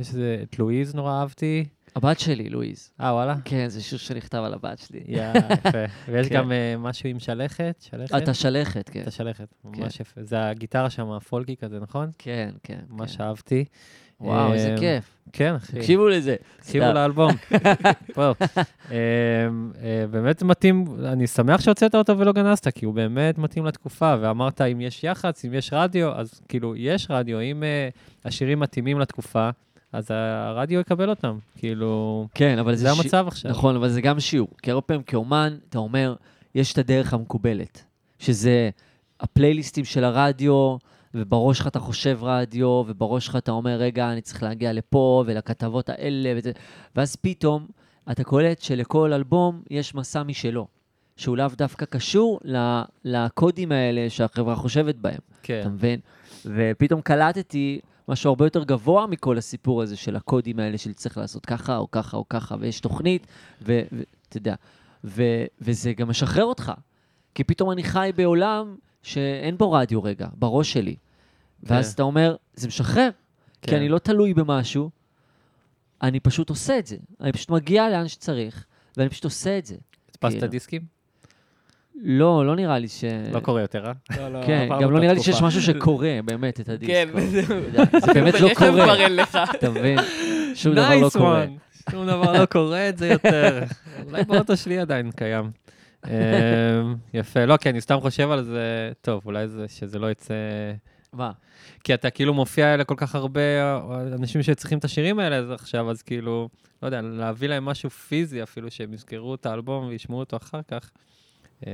Speaker 1: יש איזה, את לואיז נורא אהבתי.
Speaker 4: הבת שלי, לואיז.
Speaker 1: אה, וואלה?
Speaker 4: כן, זה שיר שנכתב על הבת שלי.
Speaker 1: יא, יפה. ויש
Speaker 4: כן.
Speaker 1: גם אה, משהו עם שלכת, שלכת?
Speaker 4: אתה שלכת, כן.
Speaker 1: את השלכת, ממש יפה. זה הגיטרה שם, הפולקי כזה, נכון?
Speaker 4: כן, כן.
Speaker 1: ממש
Speaker 4: כן.
Speaker 1: אהבתי.
Speaker 4: וואו, איזה
Speaker 1: אמ,
Speaker 4: כיף.
Speaker 1: כן, אחי.
Speaker 4: תקשיבו לזה.
Speaker 1: תקשיבו
Speaker 4: סתם.
Speaker 1: לאלבום. וואו. אמ, אה, באמת מתאים, אני שמח שהוצאת אותו ולא גנזת, כי הוא באמת מתאים לתקופה, ואמרת, אם יש יח"צ, אם יש רדיו, אז כאילו, יש רדיו, אם אה, השירים מתאימים לתקופה, אז הרדיו יקבל אותם. כאילו,
Speaker 4: כן, אבל
Speaker 1: זה
Speaker 4: שיר-
Speaker 1: המצב עכשיו.
Speaker 4: נכון, אבל זה גם שיעור. כי הרבה פעמים כאומן, אתה אומר, יש את הדרך המקובלת, שזה הפלייליסטים של הרדיו, ובראש שלך אתה חושב רדיו, ובראש שלך אתה אומר, רגע, אני צריך להגיע לפה, ולכתבות האלה, וזה. ואז פתאום אתה קולט שלכל אלבום יש מסע משלו, שהוא לאו דווקא קשור ל- לקודים האלה שהחברה חושבת בהם.
Speaker 1: כן.
Speaker 4: אתה מבין? ופתאום קלטתי משהו הרבה יותר גבוה מכל הסיפור הזה של הקודים האלה של צריך לעשות ככה או ככה או ככה, ויש תוכנית, ואתה יודע, ו- וזה גם משחרר אותך. כי פתאום אני חי בעולם שאין בו רדיו רגע, בראש שלי. ואז
Speaker 1: כן.
Speaker 4: אתה אומר, זה משחרר, כי
Speaker 1: כן.
Speaker 4: אני לא תלוי במשהו, אני פשוט עושה את זה. אני פשוט מגיע לאן שצריך, ואני פשוט עושה את זה.
Speaker 1: הדפסת
Speaker 4: כאילו.
Speaker 1: דיסקים?
Speaker 4: לא, לא נראה לי ש...
Speaker 1: לא קורה יותר, אה?
Speaker 2: לא, לא,
Speaker 4: כן,
Speaker 2: עברנו
Speaker 4: גם לא
Speaker 2: את
Speaker 4: נראה לי
Speaker 2: התקופה.
Speaker 4: שיש משהו שקורה באמת את הדיסק.
Speaker 3: כן,
Speaker 4: זה באמת לא קורה.
Speaker 3: כבר אין לך.
Speaker 4: אתה מבין? שום דבר לא
Speaker 1: Nice
Speaker 4: קורה.
Speaker 1: one. שום דבר לא קורה את זה יותר. אולי באוטו שלי עדיין קיים. אמ, יפה, לא, כי אני סתם חושב על זה, טוב, אולי זה, שזה לא יצא...
Speaker 4: מה?
Speaker 1: כי אתה כאילו מופיע לכל כך הרבה אה, אנשים שצריכים את השירים האלה אז עכשיו, אז כאילו, לא יודע, להביא להם משהו פיזי אפילו, שהם יזכרו את האלבום וישמעו אותו אחר כך. אמ,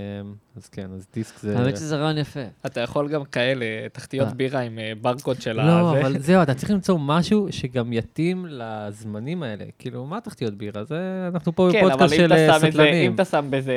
Speaker 1: אז כן, אז דיסק זה...
Speaker 4: האמת שזה רעיון יפה.
Speaker 3: אתה יכול גם כאלה, תחתיות
Speaker 4: מה?
Speaker 3: בירה עם אה, ברקוד של ה...
Speaker 1: לא,
Speaker 3: זה.
Speaker 1: אבל זהו, אתה צריך למצוא משהו שגם יתאים לזמנים האלה. כאילו, מה תחתיות בירה? זה, אנחנו פה
Speaker 3: כן, אבל
Speaker 1: בפודקאסט
Speaker 3: אם אתה
Speaker 1: של אה,
Speaker 3: שם את זה, אם
Speaker 1: סטלנים.
Speaker 3: אתה שם בזה,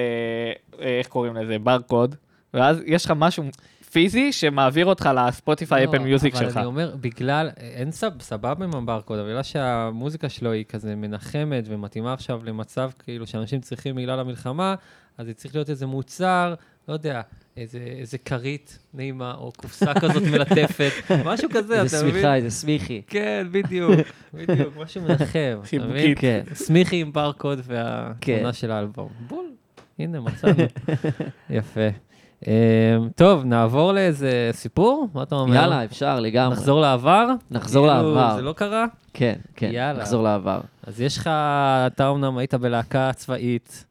Speaker 3: אה, איך קוראים לזה, ברקוד, ואז יש לך משהו פיזי שמעביר אותך לספוטיפיי
Speaker 1: לא,
Speaker 3: אפל מיוזיק
Speaker 1: אבל
Speaker 3: שלך.
Speaker 1: אני אומר, בגלל, אין סב- סבבה עם הברקוד, אבל בגלל שהמוזיקה שלו היא כזה מנחמת ומתאימה עכשיו למצב כאילו שאנשים צריכים בגלל המלחמה, אז זה צריך להיות איזה מוצר, לא יודע, איזה איזה כרית נעימה, או קופסה כזאת מלטפת, משהו כזה,
Speaker 4: איזה
Speaker 1: אתה מבין?
Speaker 4: סמיכה, איזה סמיכי.
Speaker 1: כן, בדיוק, בדיוק, משהו מנחם, אתה מבין?
Speaker 3: חיבוקית.
Speaker 4: כן.
Speaker 1: סמיכי עם ברקוד והתמונה
Speaker 4: כן.
Speaker 1: של האלבום. בול, הנה, מצאנו. יפה. אמ, טוב, נעבור לאיזה סיפור? מה אתה אומר?
Speaker 4: יאללה, אפשר לגמרי.
Speaker 1: נחזור לעבר?
Speaker 4: נחזור
Speaker 1: כאילו,
Speaker 4: לעבר.
Speaker 1: זה לא קרה?
Speaker 4: כן, כן,
Speaker 1: יאללה.
Speaker 4: נחזור לעבר.
Speaker 1: אז יש לך, אתה אמנם היית בלהקה צבאית.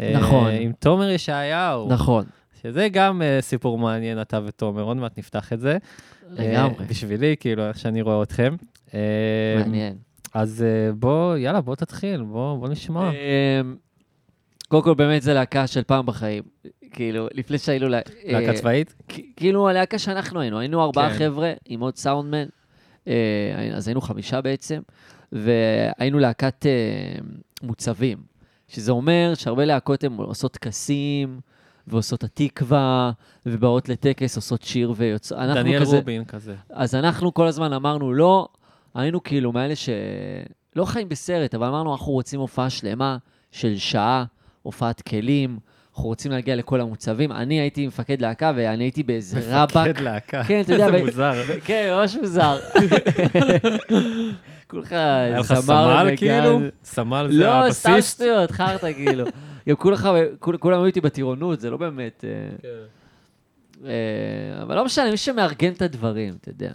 Speaker 1: אה,
Speaker 4: נכון.
Speaker 1: עם תומר ישעיהו.
Speaker 4: נכון,
Speaker 1: שזה גם אה, סיפור מעניין, אתה ותומר, עוד מעט נפתח את זה. אה,
Speaker 4: לגמרי.
Speaker 1: בשבילי, כאילו, איך שאני רואה אתכם. אה,
Speaker 4: מעניין.
Speaker 1: אז אה, בוא, יאללה, בוא תתחיל, בוא בוא נשמע.
Speaker 4: אמ, קודם כל, באמת זו להקה של פעם בחיים. כאילו, לפני שהיינו... לה-
Speaker 1: להקה
Speaker 4: אה,
Speaker 1: צבאית?
Speaker 4: כ- כאילו הלהקה שאנחנו היינו, היינו ארבעה
Speaker 1: כן.
Speaker 4: חבר'ה עם עוד סאונדמן, אה, אז היינו חמישה בעצם, והיינו להקת אה, מוצבים, שזה אומר שהרבה להקות הן עושות טקסים, ועושות התקווה, ובאות לטקס, עושות שיר ויוצאות.
Speaker 1: דניאל רובין כזה.
Speaker 4: אז אנחנו כל הזמן אמרנו לא, היינו כאילו מאלה ש- לא חיים בסרט, אבל אמרנו, אנחנו רוצים הופעה שלמה של שעה, הופעת כלים, אנחנו רוצים להגיע לכל המוצבים. אני הייתי מפקד להקה ואני הייתי באיזה רבאק.
Speaker 1: מפקד להקה.
Speaker 4: כן, אתה יודע,
Speaker 1: איזה
Speaker 4: ו-
Speaker 1: מוזר.
Speaker 4: כן, ממש מוזר. כולך
Speaker 1: היה לך
Speaker 4: זמר
Speaker 1: סמל
Speaker 4: ונגן.
Speaker 1: כאילו? סמל זה
Speaker 4: לא, סתם
Speaker 1: הבסיס?
Speaker 4: שטויות, חרטא כאילו. גם כולך- כול- כולם היו איתי בטירונות, זה לא באמת... אה, אה, אבל לא משנה, מי שמארגן את הדברים, אתה יודע.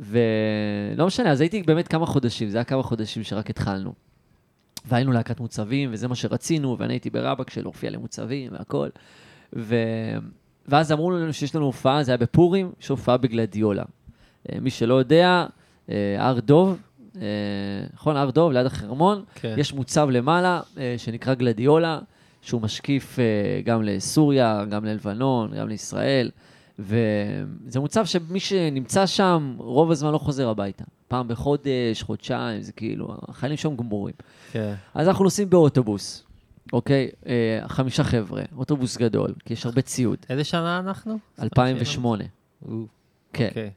Speaker 4: ולא משנה, אז הייתי באמת כמה חודשים, זה היה כמה חודשים שרק התחלנו. והיינו להקת מוצבים, וזה מה שרצינו, ואני הייתי ברבק של להופיע למוצבים והכל. ו... ואז אמרו לנו שיש לנו הופעה, זה היה בפורים, יש הופעה בגלדיולה. אה, מי שלא יודע, אה, הר דוב, אה, נכון, הר דוב, ליד החרמון,
Speaker 1: כן.
Speaker 4: יש מוצב למעלה אה, שנקרא גלדיולה, שהוא משקיף אה, גם לסוריה, גם ללבנון, גם לישראל, וזה מוצב שמי שנמצא שם, רוב הזמן לא חוזר הביתה. פעם בחודש, חודשיים, זה כאילו, החיילים שם גמורים.
Speaker 1: כן.
Speaker 4: אז אנחנו נוסעים באוטובוס, אוקיי? אה, חמישה חבר'ה, אוטובוס גדול, כי יש הרבה ציוד.
Speaker 1: איזה שנה אנחנו?
Speaker 4: 2008.
Speaker 1: או,
Speaker 4: כן.
Speaker 1: אוקיי.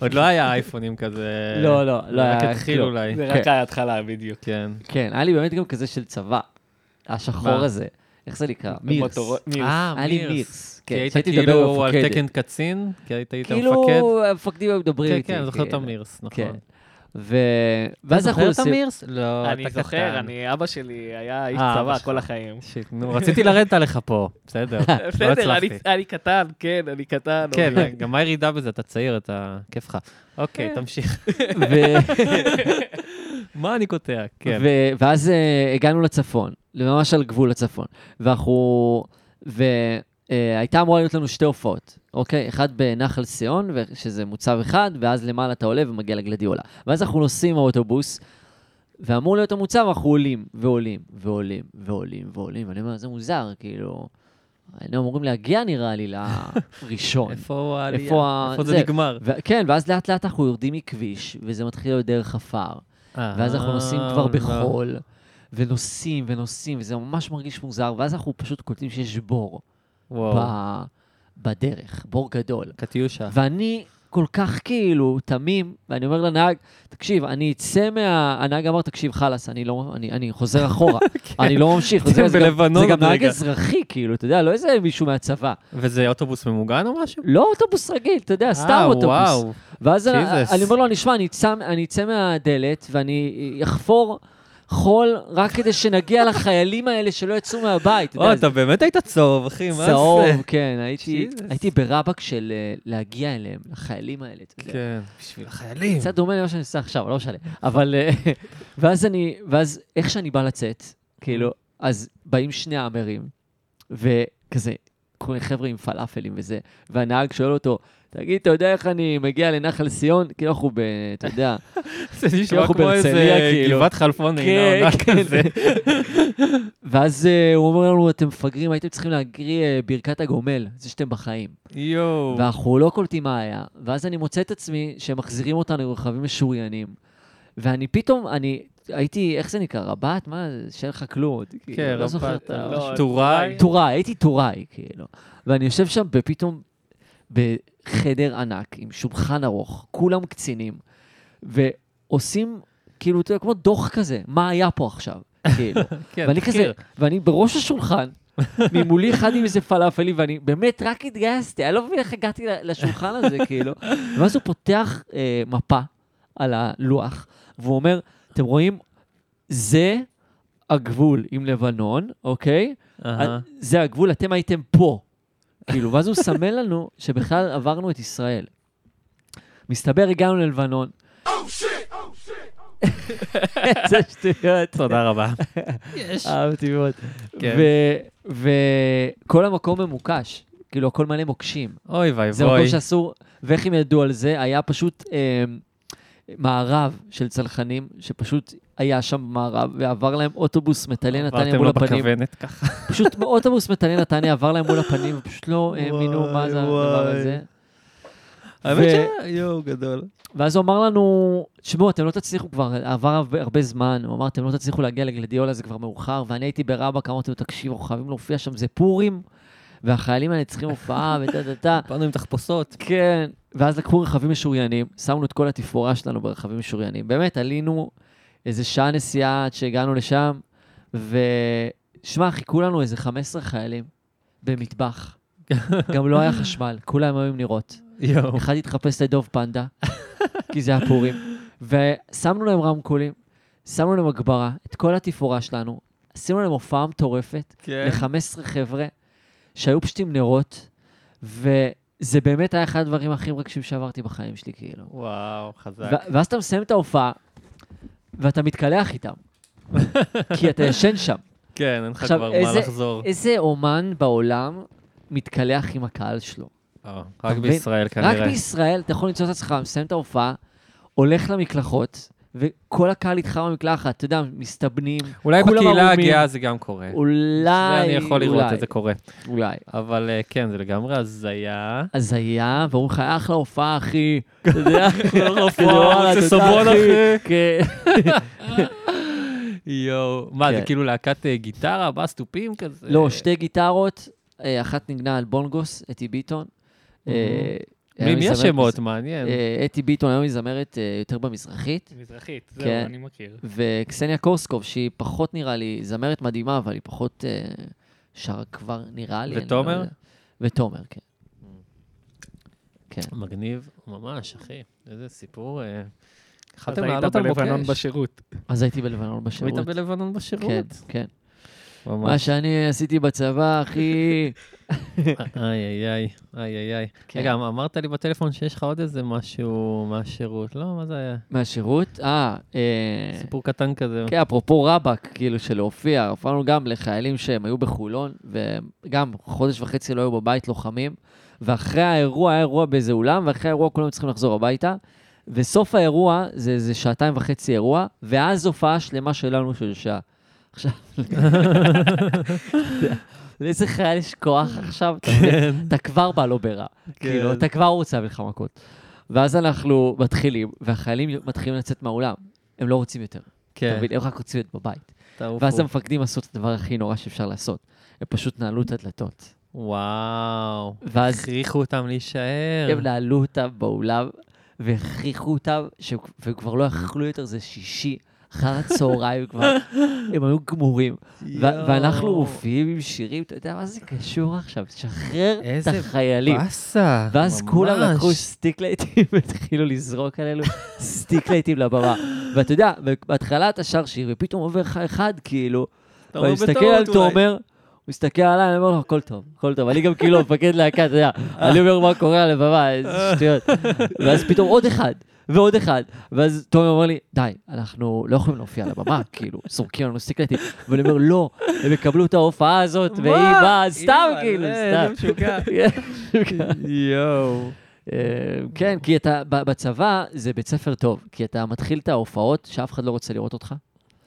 Speaker 1: עוד לא היה אייפונים כזה.
Speaker 4: לא, לא, לא
Speaker 1: אוקיי. רק
Speaker 4: היה
Speaker 1: התחיל
Speaker 4: כלום.
Speaker 1: אולי.
Speaker 3: זה
Speaker 4: כן.
Speaker 3: רק ההתחלה בדיוק.
Speaker 1: כן.
Speaker 4: כן, היה לי באמת גם כזה של צבא, השחור
Speaker 1: מה?
Speaker 4: הזה. איך זה נקרא? מירס.
Speaker 3: מוטורו- מירס.
Speaker 1: אה,
Speaker 4: היה לי
Speaker 1: מירס.
Speaker 4: מירס.
Speaker 1: כי
Speaker 4: כן,
Speaker 1: היית
Speaker 4: שהייתי מדבר עם
Speaker 1: כאילו על
Speaker 4: המפקדת.
Speaker 1: תקן קצין? כי היית היית
Speaker 4: כאילו,
Speaker 1: מפקד?
Speaker 4: המפקדים היו מדברים
Speaker 1: כן,
Speaker 4: איתי.
Speaker 1: כן, אני זוכר את
Speaker 4: כאילו.
Speaker 1: המירס,
Speaker 4: כן.
Speaker 1: נכון.
Speaker 4: ו... ואז אנחנו
Speaker 1: אתה זוכר את
Speaker 4: עושים...
Speaker 1: המירס? לא,
Speaker 3: אני
Speaker 1: אתה
Speaker 3: זוכר,
Speaker 1: קטן.
Speaker 3: אני, אבא שלי היה איש
Speaker 1: אה, אבא
Speaker 3: צבא
Speaker 1: שלך.
Speaker 3: כל החיים.
Speaker 1: שיט, נו, רציתי לרדת עליך פה, בסדר, לא
Speaker 3: בסדר, אני-
Speaker 1: הצלחתי.
Speaker 3: אני קטן, כן, אני קטן. אוקיי.
Speaker 1: כן, גם מה ירידה בזה? אתה צעיר, אתה... כיף לך.
Speaker 3: אה.
Speaker 1: אוקיי, תמשיך.
Speaker 4: ו...
Speaker 1: מה אני קוטע? כן.
Speaker 4: ו- ואז אה, הגענו לצפון, ממש על גבול הצפון. ואנחנו... והייתה אמורה להיות לנו שתי הופעות, אוקיי? אחד בנחל סיון, ו- שזה מוצב אחד, ואז למעלה אתה עולה ומגיע לגלדיולה. ואז אנחנו נוסעים האוטובוס, ואמור להיות המוצב, אנחנו עולים, ועולים, ועולים, ועולים, ועולים. ואני אומר, זה מוזר, כאילו... היינו אמורים להגיע, נראה לי, לראשון.
Speaker 1: איפה העלייה?
Speaker 4: איפה ה-
Speaker 1: איפה זה
Speaker 4: זה?
Speaker 1: נגמר?
Speaker 4: ו- כן, ואז לאט לאט אנחנו יורדים מכביש, וזה מתחיל להיות דרך עפר. ואז אנחנו נוסעים
Speaker 1: אה,
Speaker 4: כבר
Speaker 1: לא.
Speaker 4: בחול, ונוסעים ונוסעים, וזה ממש מרגיש מוזר, ואז אנחנו פשוט קולטים שיש בור
Speaker 1: וואו,
Speaker 4: ב... בדרך, בור גדול.
Speaker 1: כן. קטיושה.
Speaker 4: ואני כל כך כאילו תמים, ואני אומר לנהג, תקשיב, אני אצא מה... הנהג אמר, תקשיב, חלאס, אני, לא, אני, אני חוזר אחורה, אני לא ממשיך.
Speaker 1: כן. אתם
Speaker 4: זה, זה, גם,
Speaker 1: בלבנון
Speaker 4: זה גם
Speaker 1: עוד
Speaker 4: נהג
Speaker 1: רגע.
Speaker 4: אזרחי, כאילו, אתה יודע, לא איזה מישהו מהצבא.
Speaker 1: וזה אוטובוס ממוגן או משהו?
Speaker 4: לא אוטובוס רגיל, אתה יודע, סתם
Speaker 1: אה,
Speaker 4: אוטובוס.
Speaker 1: וואו.
Speaker 4: ואז אני,
Speaker 1: Jesus.
Speaker 4: אני אומר לו, נשמע, אני אצא, אני אצא מהדלת ואני אחפור חול רק כדי שנגיע לחיילים האלה שלא יצאו מהבית.
Speaker 1: או,
Speaker 4: יודע,
Speaker 1: אתה באמת היית צהוב, אחי, מה
Speaker 4: זה
Speaker 1: זה?
Speaker 4: צהוב, כן, הייתי,
Speaker 1: Jesus.
Speaker 4: הייתי ברבק של אה, להגיע אליהם, לחיילים האלה, אתה יודע.
Speaker 1: כן. בשביל החיילים.
Speaker 4: קצת דומה למה שאני עושה עכשיו, לא משנה. אבל, אה, ואז אני, ואז איך שאני בא לצאת, כאילו, אז באים שני האמרים, וכזה, כל מיני חבר'ה עם פלאפלים וזה, והנהג שואל אותו, תגיד, אתה יודע איך אני מגיע לנחל סיון? כאילו אנחנו ב... אתה יודע,
Speaker 1: זה נשמע
Speaker 4: אנחנו
Speaker 1: כמו איזה
Speaker 4: בהרצליה, כאילו.
Speaker 1: גבעת חלפון
Speaker 4: כן,
Speaker 1: נעילה עונה
Speaker 4: כן.
Speaker 1: לא, כזה.
Speaker 4: ואז אה, הוא אומר לנו, אתם מפגרים, הייתם צריכים להקריא אה, ברכת הגומל, זה שאתם בחיים.
Speaker 1: יואו.
Speaker 4: ואנחנו לא קולטים מה היה, ואז אני מוצא את עצמי שמחזירים אותנו לרכבים משוריינים. ואני פתאום, אני הייתי, איך זה נקרא, רבת? מה, זה? שאין לך כלום עוד.
Speaker 1: כן,
Speaker 4: כאילו, לא זוכר
Speaker 1: רבפת,
Speaker 4: את ה-
Speaker 3: לא,
Speaker 1: טוראי.
Speaker 4: טוראי, הייתי טוראי, כאילו. ואני יושב שם בפתאום בחדר ענק, עם שולחן ארוך, כולם קצינים, ועושים, כאילו, אתה יודע, כמו דוח כזה, מה היה פה עכשיו, כאילו.
Speaker 1: כן,
Speaker 4: ואני כזה,
Speaker 1: תחקיר.
Speaker 4: ואני בראש השולחן, ממולי אחד עם איזה פלאפלים, ואני באמת רק התגייסתי, אני לא מבין איך הגעתי ל- לשולחן הזה, כאילו. ואז הוא פותח אה, מפה על הלוח, והוא אומר, אתם רואים, זה הגבול עם לבנון, אוקיי?
Speaker 1: אהה.
Speaker 4: זה הגבול, אתם הייתם פה. כאילו, ואז הוא מסמן לנו שבכלל עברנו את ישראל. מסתבר, הגענו ללבנון. איזה שטויות.
Speaker 1: תודה רבה.
Speaker 4: אהבתי מאוד.
Speaker 1: כן.
Speaker 4: וכל המקום ממוקש, כאילו הכל מלא מוקשים.
Speaker 1: אוי ואי
Speaker 4: זה מקום
Speaker 1: ווי.
Speaker 4: שאסור, ואיך הם ידעו על זה? היה פשוט אמ, מארב של צנחנים, שפשוט היה שם במארב, ועבר להם אוטובוס מטלי נתניה מול הפנים.
Speaker 1: לא בכוונת ככה.
Speaker 4: פשוט אוטובוס מטלי נתניה עבר להם מול הפנים, ופשוט לא האמינו
Speaker 1: וואי,
Speaker 4: מה זה הדבר
Speaker 1: וואי.
Speaker 4: הזה.
Speaker 1: האמת
Speaker 4: ו-
Speaker 1: ש... יואו, גדול.
Speaker 4: ואז הוא אמר לנו, תשמעו, אתם לא תצליחו כבר, עבר הרבה, הרבה זמן, הוא אמר, אתם לא תצליחו להגיע לגלדיולה, זה כבר מאוחר, ואני הייתי ברבאק, אמרתי לו, תקשיבו, חייבים להופיע שם, זה פורים, והחיילים האלה צריכים הופעה, וטה טה טה.
Speaker 1: באנו עם תחפושות.
Speaker 4: כן. ואז לקחו רכבים משוריינים, שמנו את כל התפאורה שלנו ברכבים משוריינים. באמת, עלינו איזה שעה נסיעה עד שהגענו לשם, ושמע, חיכו לנו איזה 15 חיילים במטבח. גם לא היה חשמל, כולם היו עם נרות.
Speaker 1: יואו.
Speaker 4: אחד התחפש לדוב פנדה, כי זה היה פורים. ושמנו להם רמקולים, שמנו להם הגברה, את כל התפאורה שלנו, עשינו להם הופעה מטורפת,
Speaker 1: כן.
Speaker 4: ל-15 חבר'ה, שהיו פשוט עם נרות, וזה באמת היה אחד הדברים הכי מרגשים שעברתי בחיים שלי, כאילו.
Speaker 1: וואו, חזק.
Speaker 4: ו- ואז אתה מסיים את ההופעה, ואתה מתקלח איתם, כי אתה ישן שם.
Speaker 1: כן, אין לך
Speaker 4: עכשיו,
Speaker 1: כבר
Speaker 4: איזה-
Speaker 1: מה לחזור.
Speaker 4: איזה אומן בעולם מתקלח עם הקהל שלו?
Speaker 1: אה,
Speaker 4: אתה
Speaker 1: רק
Speaker 4: מבין?
Speaker 1: בישראל
Speaker 4: רק
Speaker 1: כנראה.
Speaker 4: בישראל אתה יכול למצוא את עצמך, מסיים את ההופעה, הולך למקלחות, וכל הקהל איתך במקלחת, אתה יודע, מסתבנים,
Speaker 1: אולי
Speaker 4: כולם
Speaker 1: בקהילה
Speaker 4: ערומים.
Speaker 1: הגאה זה גם קורה.
Speaker 4: אולי,
Speaker 1: כן. זה אני יכול לראות
Speaker 4: אולי,
Speaker 1: את זה קורה.
Speaker 4: אולי.
Speaker 1: אבל אה, כן, זה לגמרי הזיה.
Speaker 4: אז היה, ואומרים לך, אחלה הופעה, אחי. אתה יודע,
Speaker 2: לא,
Speaker 4: כאילו, אחלה אה,
Speaker 1: הופעה, זה סבון, אחי.
Speaker 4: כן.
Speaker 1: יואו. מה, זה
Speaker 4: כן.
Speaker 1: כאילו להקת אה, גיטרה, בס, תופים כזה?
Speaker 4: לא, שתי גיטרות, אה, אחת נגנה על בונגוס, אתי ביטון. אה,
Speaker 1: מי-
Speaker 4: היום
Speaker 1: מי
Speaker 4: היא זמרת
Speaker 1: השמות?
Speaker 4: מז-
Speaker 1: מעניין.
Speaker 4: אה, אתי ביטון היום היא זמרת אה, יותר במזרחית,
Speaker 2: מזרחית, זהו,
Speaker 4: כן.
Speaker 2: אני מכיר.
Speaker 4: וקסניה קורסקוב, שהיא פחות נראה לי, זמרת מדהימה, אבל היא פחות אה, שרה כבר, נראה לי. אני לא
Speaker 1: ותומר?
Speaker 4: יודע. ותומר, כן.
Speaker 1: מגניב ממש, אחי. איזה סיפור. אה.
Speaker 2: אז
Speaker 1: יכלתם
Speaker 2: היית
Speaker 1: לעלות על
Speaker 2: בלבנון
Speaker 1: מוקש.
Speaker 2: בשירות.
Speaker 4: אז הייתי בלבנון בשירות.
Speaker 1: היית בלבנון
Speaker 4: כן,
Speaker 1: בשירות.
Speaker 4: כן. מה
Speaker 1: ממש.
Speaker 4: שאני עשיתי בצבא, אחי...
Speaker 1: אה, איי, איי, איי, איי, איי, איי.
Speaker 4: כן.
Speaker 1: רגע, אמ- אמרת לי בטלפון שיש לך עוד איזה משהו מהשירות. לא, מה זה היה?
Speaker 4: מהשירות? אה, אה,
Speaker 1: סיפור קטן כזה.
Speaker 4: כן, אפרופו רבאק, כאילו, של להופיע, הופענו גם לחיילים שהם היו בחולון, וגם חודש וחצי לא היו בבית לוחמים, ואחרי האירוע היה אירוע באיזה אולם, ואחרי האירוע כולם צריכים לחזור הביתה, וסוף האירוע זה איזה שעתיים וחצי אירוע, ואז הופעה שלמה שלנו של שעה. עכשיו, לאיזה חייל יש כוח עכשיו? אתה מבין? אתה כבר בא לו ברע. כאילו, אתה כבר רוצה ממך מכות. ואז אנחנו מתחילים, והחיילים מתחילים לצאת מהאולם. הם לא רוצים יותר. אתה
Speaker 1: כן,
Speaker 4: מבין? הם רק רוצים להיות בבית.
Speaker 1: תעופו.
Speaker 4: ואז המפקדים עשו את הדבר הכי נורא שאפשר לעשות. הם פשוט נעלו את הדלתות.
Speaker 1: וואו.
Speaker 4: ואז כן,
Speaker 1: הכריחו אותם להישאר.
Speaker 4: הם נעלו אותם באולם, והכריחו אותם, שהם- והם כבר לא יכלו יותר, זה שישי, אחר הצהריים כבר, הם היו גמורים. ו- ואנחנו
Speaker 1: יואו.
Speaker 4: מופיעים עם שירים, אתה יודע מה זה קשור עכשיו? תשחרר את
Speaker 1: איזה
Speaker 4: החיילים.
Speaker 1: באסה.
Speaker 4: ואז כולם
Speaker 1: ממש.
Speaker 4: לקחו סטיק לייטים והתחילו לזרוק עלינו סטיק לייטים לבמה. ואתה יודע, בהתחלה אתה שר שיר, ופתאום עובר לך אחד, כאילו,
Speaker 1: אתה
Speaker 4: ואני
Speaker 1: אומר
Speaker 4: מסתכל
Speaker 1: בטעות
Speaker 3: לא
Speaker 4: על
Speaker 1: אולי.
Speaker 4: תומר, הוא מסתכל עליי, אני אומר לו, הכל טוב, הכל טוב. אני גם כאילו מפקד להקה, אתה יודע,
Speaker 1: אה.
Speaker 4: אני אומר מה קורה על הבמה, איזה שטויות. ואז פתאום עוד אחד, ועוד אחד. ואז תומר אומר לי, די, אנחנו לא יכולים להופיע על הבמה, כאילו, זורקים לנו סטיקלטים. ואני אומר, לא, הם יקבלו את ההופעה הזאת, והיא
Speaker 1: מה?
Speaker 4: באה, סתם,
Speaker 1: אימא'לה,
Speaker 4: כאילו,
Speaker 1: איזה
Speaker 4: סתם.
Speaker 1: לא
Speaker 4: כן,
Speaker 1: משוגע. יואו.
Speaker 4: אה, כן, כי אתה, ב- בצבא זה בית ספר טוב, כי אתה מתחיל את ההופעות שאף אחד לא רוצה לראות אותך.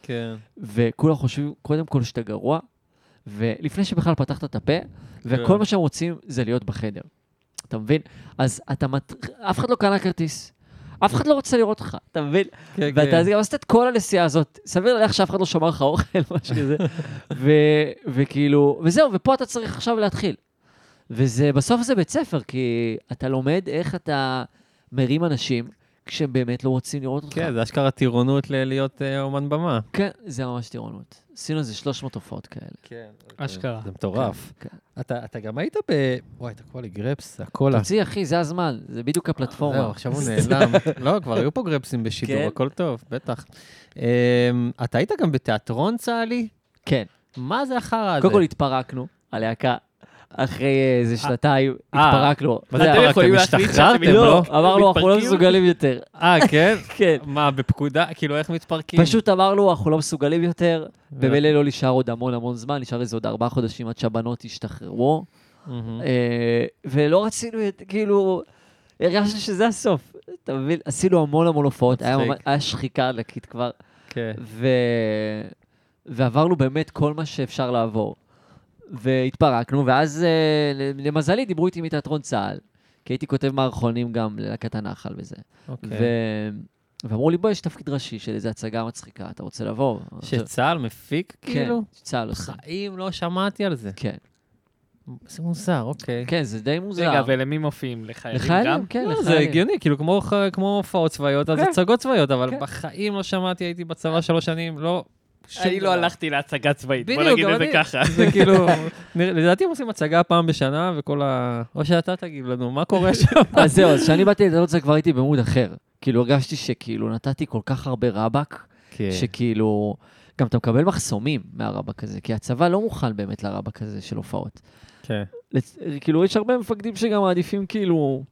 Speaker 1: כן.
Speaker 4: וכולם חושבים קודם כל שאתה גרוע, ולפני שבכלל פתחת את הפה, וכל
Speaker 1: כן.
Speaker 4: מה שהם רוצים זה להיות בחדר. אתה מבין? אז אתה מת... אף אחד לא קנה כרטיס. אף אחד לא רוצה לראות אותך, אתה מבין?
Speaker 1: כן,
Speaker 4: ואתה
Speaker 1: כן.
Speaker 4: אז גם עשית את כל הנסיעה הזאת. סביר להניח שאף אחד לא שמר לך אוכל, משהו כזה. ו- וכאילו, וזהו, ופה אתה צריך עכשיו להתחיל. וזה, בסוף זה בית ספר, כי אתה לומד איך אתה מרים אנשים כשהם באמת לא רוצים לראות אותך.
Speaker 1: כן, זה אשכרה טירונות ל- להיות אה, אומן במה.
Speaker 4: כן, זה ממש טירונות. עשינו איזה 300 הופעות כאלה.
Speaker 1: כן.
Speaker 2: אשכרה.
Speaker 1: זה מטורף.
Speaker 4: כן, כן.
Speaker 1: אתה אתה גם היית ב... וואי, אתה קורא לי גרפס, הקולה.
Speaker 4: תוציא, אחי, זה הזמן, זה בדיוק הפלטפורמה.
Speaker 1: זהו, עכשיו הוא נעלם. לא, כבר היו פה גרפסים בשידור,
Speaker 4: כן?
Speaker 1: הכל טוב, בטח. אמ, אתה היית גם בתיאטרון צה"לי?
Speaker 4: כן.
Speaker 1: מה אה, זה החרא הזה?
Speaker 4: קודם כל התפרקנו, הלהקה, אחרי איזה שנתיים,
Speaker 1: אה.
Speaker 4: התפרקנו.
Speaker 1: מה זה,
Speaker 4: אתה-
Speaker 1: אבל
Speaker 2: אתם
Speaker 1: אתם
Speaker 2: יכולים להחליט שאתם
Speaker 1: השתחררתם,
Speaker 4: לא,
Speaker 1: לא?
Speaker 4: אמרנו, אנחנו לא
Speaker 2: מתפרקים?
Speaker 4: מסוגלים יותר.
Speaker 1: אה, כן?
Speaker 4: כן.
Speaker 1: מה, בפקודה? כאילו, איך מתפרקים?
Speaker 4: פשוט אמרנו, אנחנו לא מסוגלים יותר, במילא לא נשאר עוד המון המון זמן, נשאר איזה עוד ארבעה חודשים עד שהבנות ישתחררו.
Speaker 1: מהמם.
Speaker 4: אה, ולא רצינו, את- כאילו, הרגשתי שזה הסוף. אתה מבין? עשינו המון המון הופעות, היה
Speaker 1: מצחיק.
Speaker 4: ממש- היה שחיקה ענקית כבר.
Speaker 1: כן.
Speaker 4: ו... ועברנו באמת כל מה שאפשר לעבור. והתפרקנו, ואז אה, למזלי דיברו איתי מתיאטרון צה"ל, כי הייתי כותב מערכונים גם ללהקת הנחל וזה.
Speaker 1: אוקיי.
Speaker 4: ו... ואמרו לי, בוא, יש תפקיד ראשי של איזו הצגה מצחיקה, אתה רוצה לבוא?
Speaker 1: שצה"ל מפיק,
Speaker 4: כן,
Speaker 1: כאילו?
Speaker 4: צה"ל עושה.
Speaker 1: בחיים לא שמעתי על זה.
Speaker 4: כן,
Speaker 1: זה מוזר, אוקיי.
Speaker 4: כן, זה די מוזר.
Speaker 3: רגע, ולמי מופיעים? לחיילים גם?
Speaker 4: לחיילים, כן,
Speaker 1: לא, זה
Speaker 4: לחיילים.
Speaker 1: הגיוני, כאילו כמו ח- כמו הופעות צבאיות, אז
Speaker 4: כן.
Speaker 1: הצגות צבאיות, אבל
Speaker 4: כן.
Speaker 1: בחיים לא שמעתי, הייתי בצבא שלוש שנים, לא... שום
Speaker 3: אני לא
Speaker 1: דבר.
Speaker 3: הלכתי להצגה צבאית, בוא
Speaker 1: בדיוק,
Speaker 3: נגיד
Speaker 1: גם
Speaker 3: את זה
Speaker 1: אני.
Speaker 3: ככה.
Speaker 1: זה כאילו, נראה- לדעתי הם עושים הצגה פעם בשנה, וכל ה... או שאתה תגיד לנו, מה קורה שם?
Speaker 4: אז זהו, אז כשאני באתי לתיאטרון צה"ל כבר הייתי במוד אחר. כאילו, הרגשתי שכאילו נתתי כל כך הרבה רבאק,
Speaker 1: כן.
Speaker 4: שכאילו, גם אתה מקבל מחסומים מהרבאק הזה, כי הצבא לא מוכן באמת לרבאק הזה של הופעות.
Speaker 1: כן.
Speaker 4: לצ- כאילו, יש הרבה מפקדים שגם מעדיפים כאילו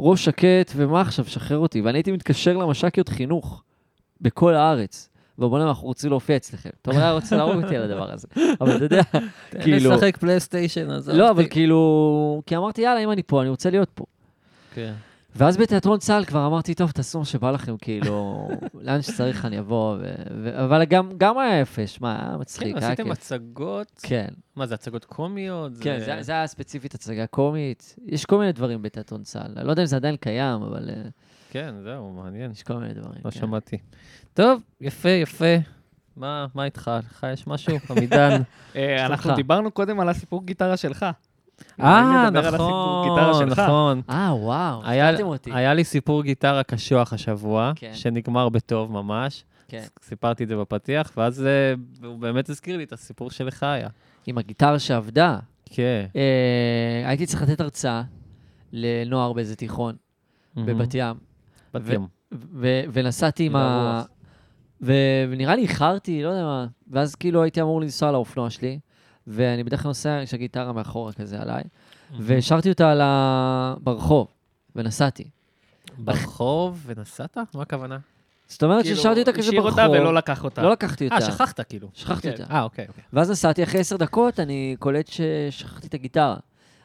Speaker 4: ראש שקט, ומה עכשיו, שחרר אותי. ואני הייתי מתקשר למש"קיות חינוך בכל הארץ. ואומרים להם, אנחנו רוצים להופיע אצלכם. אתה אומר, "היה רוצה להרוג אותי על הדבר הזה. אבל אתה יודע, כאילו...
Speaker 1: לשחק פלייסטיישן, אז...
Speaker 4: לא, אבל כאילו... כי אמרתי, יאללה, אם אני פה, אני רוצה להיות פה.
Speaker 1: כן.
Speaker 4: ואז בתיאטרון צה"ל כבר אמרתי, טוב, תעשו מה שבא לכם, כאילו, לאן שצריך אני אבוא. ו... ו... אבל גם, גם היה יפה, שמע, היה מצחיק,
Speaker 1: כן,
Speaker 4: היה
Speaker 1: עשיתם
Speaker 4: כיף.
Speaker 1: הצגות?
Speaker 4: כן,
Speaker 1: מה, זה הצגות קומיות?
Speaker 4: כן, זה, זה היה ספציפית הצגה קומית. יש כל מיני דברים בתיאטרון צה"ל. אני לא יודע אם זה עדיין קיים, אבל אה,
Speaker 1: כן, זהו, מעניין.
Speaker 4: יש כל מיני דברים.
Speaker 1: לא
Speaker 4: כן.
Speaker 1: שמעתי. טוב, יפה, יפה. מה מה איתך? לך יש משהו? עמידן?
Speaker 3: אה, אנחנו
Speaker 4: שלך.
Speaker 3: דיברנו קודם על הסיפור גיטרה שלך.
Speaker 1: אה,
Speaker 3: נדבר על הסיפור גיטרה
Speaker 1: נכון,
Speaker 3: שלך.
Speaker 1: נכון.
Speaker 4: אה, וואו,
Speaker 1: היה-
Speaker 4: הפתעתם אותי.
Speaker 1: היה לי סיפור גיטרה קשוח השבוע,
Speaker 4: כן.
Speaker 1: שנגמר בטוב ממש.
Speaker 4: כן.
Speaker 1: סיפרתי את זה בפתיח, ואז אה, הוא באמת הזכיר לי את הסיפור שלך היה.
Speaker 4: עם הגיטרה שעבדה.
Speaker 1: כן.
Speaker 4: אה, הייתי צריך לתת הרצאה לנוער באיזה תיכון, בבת ים.
Speaker 1: בת
Speaker 4: Mm-hmm. ו-
Speaker 1: ים.
Speaker 4: ו- ונסעתי
Speaker 1: עם
Speaker 4: עם ה...
Speaker 1: הרוח.
Speaker 4: ו- ונראה לי איחרתי, לא יודע מה, ואז כאילו הייתי אמור לנסוע לאופנוע שלי, ואני בדרך כלל נוסע כשהגיטרה מאחורה כזה עליי, והשארתי אותה על ה... ברחוב, ונסעתי.
Speaker 1: ברחוב ונסעת? מה הכוונה?
Speaker 4: זאת אומרת
Speaker 3: כאילו,
Speaker 4: שהשארתי אותה כזה
Speaker 3: השאיר
Speaker 4: ברחוב,
Speaker 3: אותה ולא לקח אותה.
Speaker 4: לא לקחתי אותה,
Speaker 1: אה, שכחת כאילו.
Speaker 4: שכחתי
Speaker 3: כן.
Speaker 4: אותה.
Speaker 1: אה, אוקיי, אוקיי.
Speaker 4: ואז נסעתי, אחרי עשר דקות אני קולט ששכחתי את הגיטרה.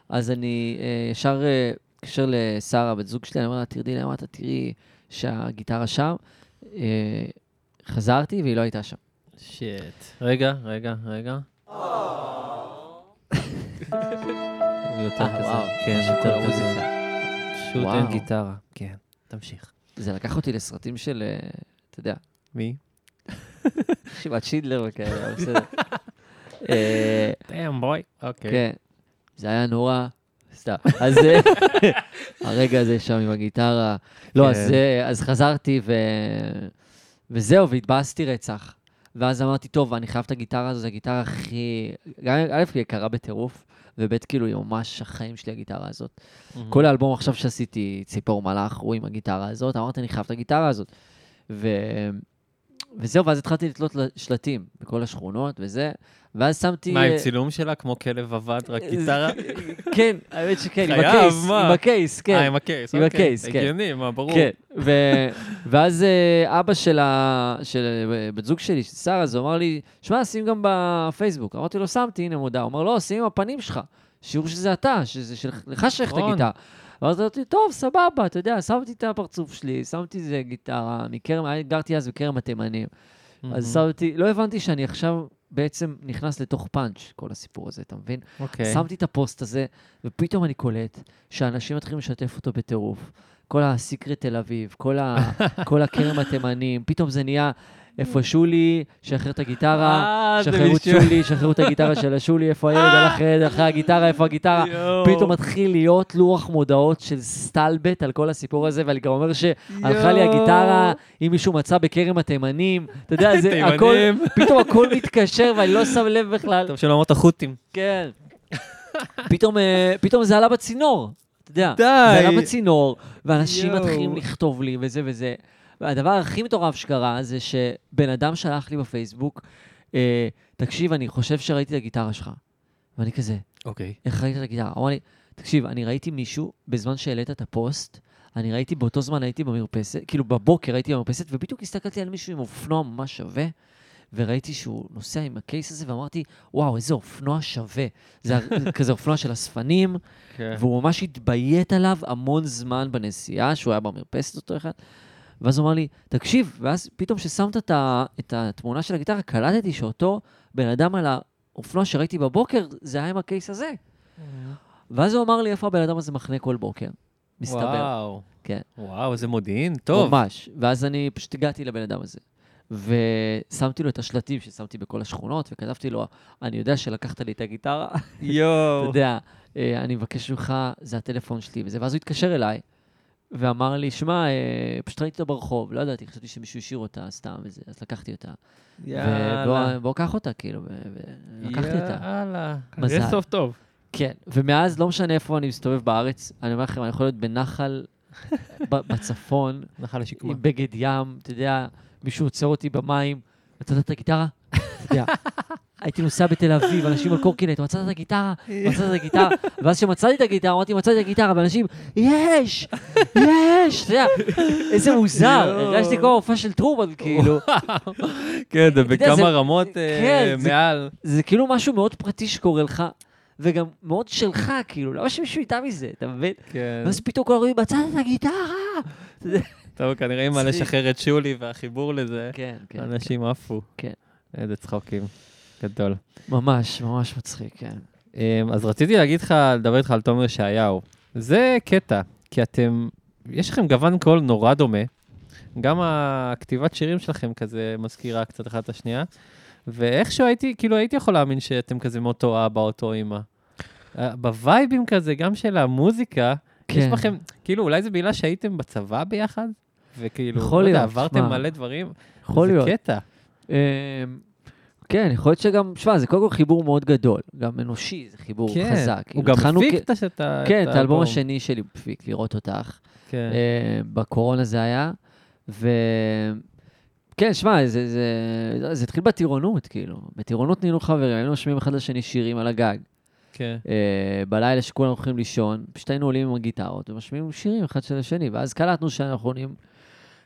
Speaker 4: אז אני אה, ישר אה, מתקשר לשרה, בת זוג שלי, אני אומר לה, תרדי למטה, תראי שהגיטרה שם. אה, חזרתי והיא לא הייתה שם.
Speaker 1: שיט. רגע, רגע, רגע. יותר
Speaker 4: אה, וואו,
Speaker 1: כזה, כן,
Speaker 4: משהו כל
Speaker 1: יותר כזה.
Speaker 4: המוזיקה.
Speaker 1: פשוט
Speaker 4: וואו.
Speaker 1: אין גיטרה. כן, תמשיך.
Speaker 4: זה לקח אותי לסרטים של, אה, אתה יודע,
Speaker 1: מי?
Speaker 4: שיבת שידלר וכאלה, אבל בסדר. אה,
Speaker 1: דאם בוי. אוקיי.
Speaker 4: כן, זה היה נורא, סתם. אז אה, הרגע הזה שם עם הגיטרה. לא, אז,
Speaker 1: כן.
Speaker 4: אה, אז חזרתי ו... וזהו, והתבאסתי רצח. ואז אמרתי, טוב, אני חייב את הגיטרה הזו, זו הגיטרה הכי... גם, א', היא יקרה בטירוף, וב', כאילו, היא ממש החיים שלי, הגיטרה הזאת.
Speaker 1: מהמם.
Speaker 4: אה, Mm-hmm. כל האלבום עכשיו שעשיתי, ציפור מלאך, הוא עם הגיטרה הזאת, אמרתי, אני חייב את הגיטרה הזאת. ו... וזהו, ואז התחלתי לתלות ל- שלטים בכל השכונות וזה, ואז שמתי...
Speaker 1: מה, עם
Speaker 4: אה,
Speaker 1: צילום שלה כמו כלב עבד, רק גיטרה?
Speaker 4: כן, האמת שכן, עם
Speaker 1: חייב,
Speaker 4: הקייס,
Speaker 1: מה?
Speaker 4: עם הקייס,
Speaker 1: אה,
Speaker 4: כן.
Speaker 1: עם הקייס,
Speaker 4: עם
Speaker 1: אוקיי.
Speaker 4: הקייס, כן.
Speaker 1: הגיוני, מה, ברור.
Speaker 4: כן, ו- ואז אה, אבא של ה- של אה, בת זוג שלי, של שרה, אז הוא אמר לי, שמע, שים גם בפייסבוק. אמרתי לו, שמתי, הנה מודעה. הוא אמר, לא, שים עם הפנים שלך. שיעור שזה אתה, שזה שלך שייך את
Speaker 1: נכון.
Speaker 4: הגיטרה. ואז אמרתי, טוב, סבבה, אתה יודע, שמתי את הפרצוף שלי, שמתי איזה גיטרה, מכרם, אני גרתי אז בכרם התימנים.
Speaker 1: מהמם.
Speaker 4: אז שמתי, לא הבנתי שאני עכשיו בעצם נכנס לתוך פאנץ', כל הסיפור הזה, אתה מבין?
Speaker 1: אוקיי.
Speaker 4: שמתי את הפוסט הזה, ופתאום אני קולט שאנשים מתחילים לשתף אותו בטירוף. כל הסיקרט תל אביב, כל, ה... כל הכרם התימנים, פתאום זה נהיה, איפה שולי, שחרר את הגיטרה,
Speaker 1: אה, זה
Speaker 4: שחררו את
Speaker 1: מישהו. אה!
Speaker 4: שולי, שחררו את הגיטרה של השולי, איפה הילד הלך הילד אחרי הגיטרה, איפה הגיטרה.
Speaker 1: יואו.
Speaker 4: פתאום מתחיל להיות לוח מודעות של סטלבט על כל הסיפור הזה, ואני גם אומר שהלכה לי
Speaker 1: יואו.
Speaker 4: הגיטרה, אם מישהו מצא בכרם התימנים, אתה יודע, זה הכל,
Speaker 1: תימנים.
Speaker 4: פתאום הכל מתקשר ואני לא שם לב בכלל.
Speaker 1: טוב שלא אמרת חות'ים.
Speaker 4: כן. פתאום, אה, פתאום זה עלה בצינור, אתה יודע.
Speaker 1: די.
Speaker 4: זה עלה בצינור, ואנשים
Speaker 1: יואו.
Speaker 4: מתחילים לכתוב לי וזה וזה. והדבר הכי מטורף שקרה זה שבן אדם שלח לי בפייסבוק, אה, תקשיב, אני חושב שראיתי את הגיטרה שלך. ואני כזה,
Speaker 1: אוקיי.
Speaker 4: איך ראית את הגיטרה? הוא אמר לי, תקשיב, אני ראיתי מישהו, בזמן שהעלית את הפוסט, אני ראיתי, באותו זמן הייתי במרפסת, כאילו בבוקר הייתי במרפסת, ובדיוק הסתכלתי על מישהו עם אופנוע ממש שווה, וראיתי שהוא נוסע עם הקייס הזה, ואמרתי, וואו, איזה אופנוע שווה. זה הר- כזה אופנוע של אספנים,
Speaker 1: כן.
Speaker 4: והוא ממש התביית עליו המון זמן בנסיעה, שהוא היה במרפסת אותו אחד. ואז הוא אמר לי, תקשיב, ואז פתאום כששמת את, ה- את התמונה של הגיטרה, קלטתי שאותו בן אדם על האופנוע שראיתי בבוקר, זה היה עם הקייס הזה.
Speaker 1: Mm-hmm.
Speaker 4: ואז הוא אמר לי, איפה הבן אדם הזה מחנה כל בוקר? מסתבר.
Speaker 1: וואו.
Speaker 4: כן.
Speaker 1: וואו, איזה מודיעין, טוב.
Speaker 4: ממש. ואז אני פשוט הגעתי לבן אדם הזה. ושמתי לו את השלטים ששמתי בכל השכונות, וכתבתי לו, אני יודע שלקחת לי את הגיטרה, אתה
Speaker 1: יואו.
Speaker 4: יודע, אה, אני מבקש ממך, זה הטלפון שלי וזה. ואז הוא התקשר אליי, ואמר לי, שמע, אה, פשוט ראיתי אותה ברחוב, לא ידעתי, חשבתי שמישהו השאיר אותה סתם וזה, אז לקחתי אותה. ובוא בוא, קח אותה, כאילו, ו- ו- לקחתי אותה.
Speaker 1: יאללה.
Speaker 4: מזל.
Speaker 2: זה סוף טוב.
Speaker 4: כן, ומאז לא משנה איפה אני מסתובב בארץ, אני אומר לכם, אני יכול להיות בנחל, ב- בצפון,
Speaker 1: נחל השקמה.
Speaker 4: עם בגד ים, אתה יודע, מישהו עוצר אותי במים, מצאת את הגיטרה? אתה יודע, הייתי נוסע בתל אביב, אנשים על קורקינט, מצאת את הגיטרה? מצאת את הגיטרה? ואז כשמצאתי את הגיטרה, אמרתי, מצאתי את הגיטרה, ואנשים, יש! יש! אתה יודע, איזה מוזר,
Speaker 1: יואו.
Speaker 4: הרגשתי כמו הופעה של טרומן, כאילו.
Speaker 1: כן, זה
Speaker 4: יודע,
Speaker 1: בכמה
Speaker 4: זה-
Speaker 1: רמות
Speaker 4: כן,
Speaker 1: אה,
Speaker 4: זה-
Speaker 1: מעל.
Speaker 4: זה כאילו משהו מאוד פרטי שקורה לך, וגם מאוד שלך, כאילו, למה שמישהו ידע מזה, אתה מבין?
Speaker 1: כן.
Speaker 4: ואז פתאום כולם אומרים, מצאת את הגיטרה!
Speaker 1: טוב, כנראה אם
Speaker 4: מצחיק.
Speaker 1: לשחרר את שולי והחיבור לזה,
Speaker 4: כן, כן,
Speaker 1: אנשים עפו.
Speaker 4: כן.
Speaker 1: איזה צחוקים. גדול.
Speaker 4: ממש, ממש מצחיק, כן.
Speaker 1: אמ, אז רציתי להגיד לך, לדבר איתך על תומר ישעיהו. זה קטע, כי אתם, יש לכם גוון קול נורא דומה. גם הכתיבת שירים שלכם כזה מזכירה קצת אחת את השנייה. ואיכשהו הייתי, כאילו הייתי יכול להאמין שאתם כזה מאותו אבא, אותו אימא. אה, בווייבים כזה, גם של המוזיקה, כן. יש
Speaker 4: כן.
Speaker 1: בכם, כאילו, אולי זו בעילה שהייתם בצבא ביחד? וכאילו,
Speaker 4: יכול
Speaker 1: לא יודע,
Speaker 4: להיות,
Speaker 1: עברתם
Speaker 4: שמע.
Speaker 1: מלא דברים?
Speaker 4: יכול להיות.
Speaker 1: זה קטע.
Speaker 4: אמ, כן, יכול להיות שגם, שמע, זה קודם כל חיבור מאוד גדול, גם אנושי, זה חיבור
Speaker 1: כן.
Speaker 4: חזק.
Speaker 1: הוא
Speaker 4: כאילו,
Speaker 1: גם
Speaker 4: התחלנו
Speaker 1: הפיק
Speaker 4: כ-
Speaker 1: את ה- את ה-
Speaker 4: כן, את האלבום השני שלי, מפיק, לראות אותך.
Speaker 1: כן.
Speaker 4: אמ, בקורונה זה היה, ו... כן, שמע, זה, זה, זה התחיל בטירונות, כאילו. בטירונות נהיינו חברים, היינו שומעים אחד לשני שירים על הגג.
Speaker 1: כן.
Speaker 4: אה, בלילה שכולם הולכים לישון, פשוט היינו עולים עם הגיטרות ומשמיעים שירים אחד של השני, ואז קלטנו שאנחנו נהיים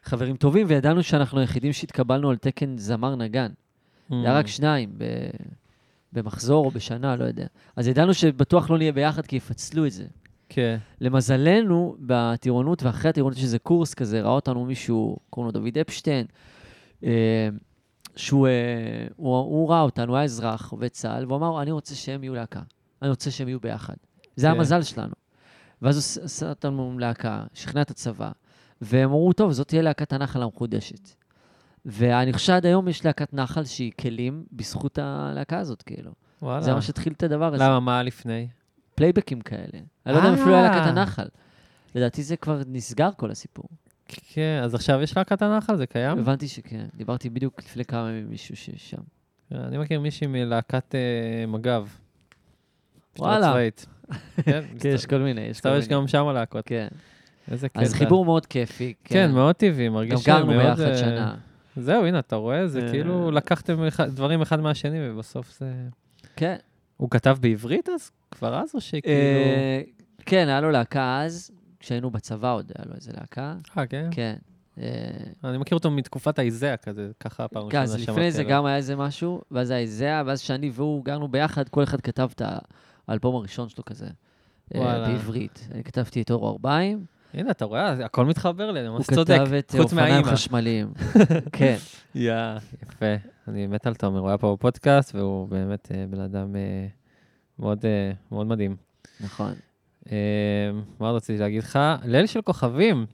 Speaker 4: חברים טובים, וידענו שאנחנו היחידים שהתקבלנו על תקן זמר נגן. זה היה רק שניים ב... במחזור או בשנה, לא יודע. אז ידענו שבטוח לא נהיה ביחד כי יפצלו את זה.
Speaker 1: כן.
Speaker 4: למזלנו, בטירונות ואחרי הטירונות, שזה קורס כזה, ראה אותנו מישהו, קוראים לו דוד אפשטיין, אה, שהוא אה, הוא, הוא ראה אותנו, הוא היה אזרח, עובד צה"ל, והוא אמר, אני רוצה שהם יהיו להקה, אני רוצה שהם יהיו ביחד. זה
Speaker 1: כן.
Speaker 4: המזל שלנו. ואז הוא ס- עשה אותנו להקה, שכנע את הצבא, והם אמרו, טוב, זאת תהיה להקת הנחל המחודשת. ואני חושב שעד היום יש להקת נחל שהיא כלים בזכות הלהקה הזאת, כאילו.
Speaker 1: וואלה.
Speaker 4: זה מה שהתחיל את הדבר הזה.
Speaker 1: למה, מה לפני?
Speaker 4: פלייבקים כאלה. אני לא יודע אם אפילו היה להקת
Speaker 1: אה.
Speaker 4: הנחל. לדעתי זה כבר נסגר כל הסיפור.
Speaker 1: כן, אז עכשיו יש להקת הנחל, זה קיים?
Speaker 4: הבנתי שכן. דיברתי בדיוק לפני כמה ימים עם מישהו ששם.
Speaker 1: אני מכיר מישהי מלהקת אה, מג"ב. משטרה
Speaker 4: וואלה.
Speaker 1: צבאית. כן,
Speaker 4: כן, יש כל מיני, יש
Speaker 1: מסתבר
Speaker 4: כל מיני.
Speaker 1: יש גם שם להקות.
Speaker 4: כן.
Speaker 1: איזה קטע.
Speaker 4: אז חיבור מאוד כיפי.
Speaker 1: כן, מאוד טבעי, מרגיש
Speaker 4: גם
Speaker 1: שמאוד,
Speaker 4: גרנו ביחד
Speaker 1: אה,
Speaker 4: שנה.
Speaker 1: זהו, הנה, אתה רואה? זה
Speaker 4: אה.
Speaker 1: כאילו לקחתם אחד- דברים אחד מהשני, ובסוף זה...
Speaker 4: כן.
Speaker 1: הוא כתב בעברית אז? כבר אז, או שכאילו...
Speaker 4: אה, כן, היה לו להקה אז, כשהיינו בצבא עוד היה לו איזה להקה.
Speaker 1: אה, כן?
Speaker 4: כן. אה,
Speaker 1: אני מכיר אותו מתקופת האיזאה כזה, ככה פעם
Speaker 4: כן,
Speaker 1: ראשונה
Speaker 4: אז
Speaker 1: שמעתי
Speaker 4: לפני זה
Speaker 1: עליו.
Speaker 4: גם היה איזה משהו, ואז היה איזאה, ואז שאני והוא גרנו ביחד, כל אחד כתב את האלבום הראשון שלו כזה. אה,
Speaker 1: וואלה.
Speaker 4: בעברית. אני כתבתי את אור ארבעים,
Speaker 1: הנה, אתה רואה? אז הכל מתחבר לי, אני
Speaker 4: הוא
Speaker 1: ממש צודק.
Speaker 4: כתב את
Speaker 1: חוץ
Speaker 4: אופניים
Speaker 1: מהאימא.
Speaker 4: חשמליים. כן,
Speaker 1: יא, יפה. אני מת על תומר, הוא היה פה בפודקאסט, והוא באמת אה, בן אדם אה, מאוד, אה, מאוד מדהים.
Speaker 4: נכון.
Speaker 1: אה, מה עוד רציתי להגיד לך? ליל של כוכבים,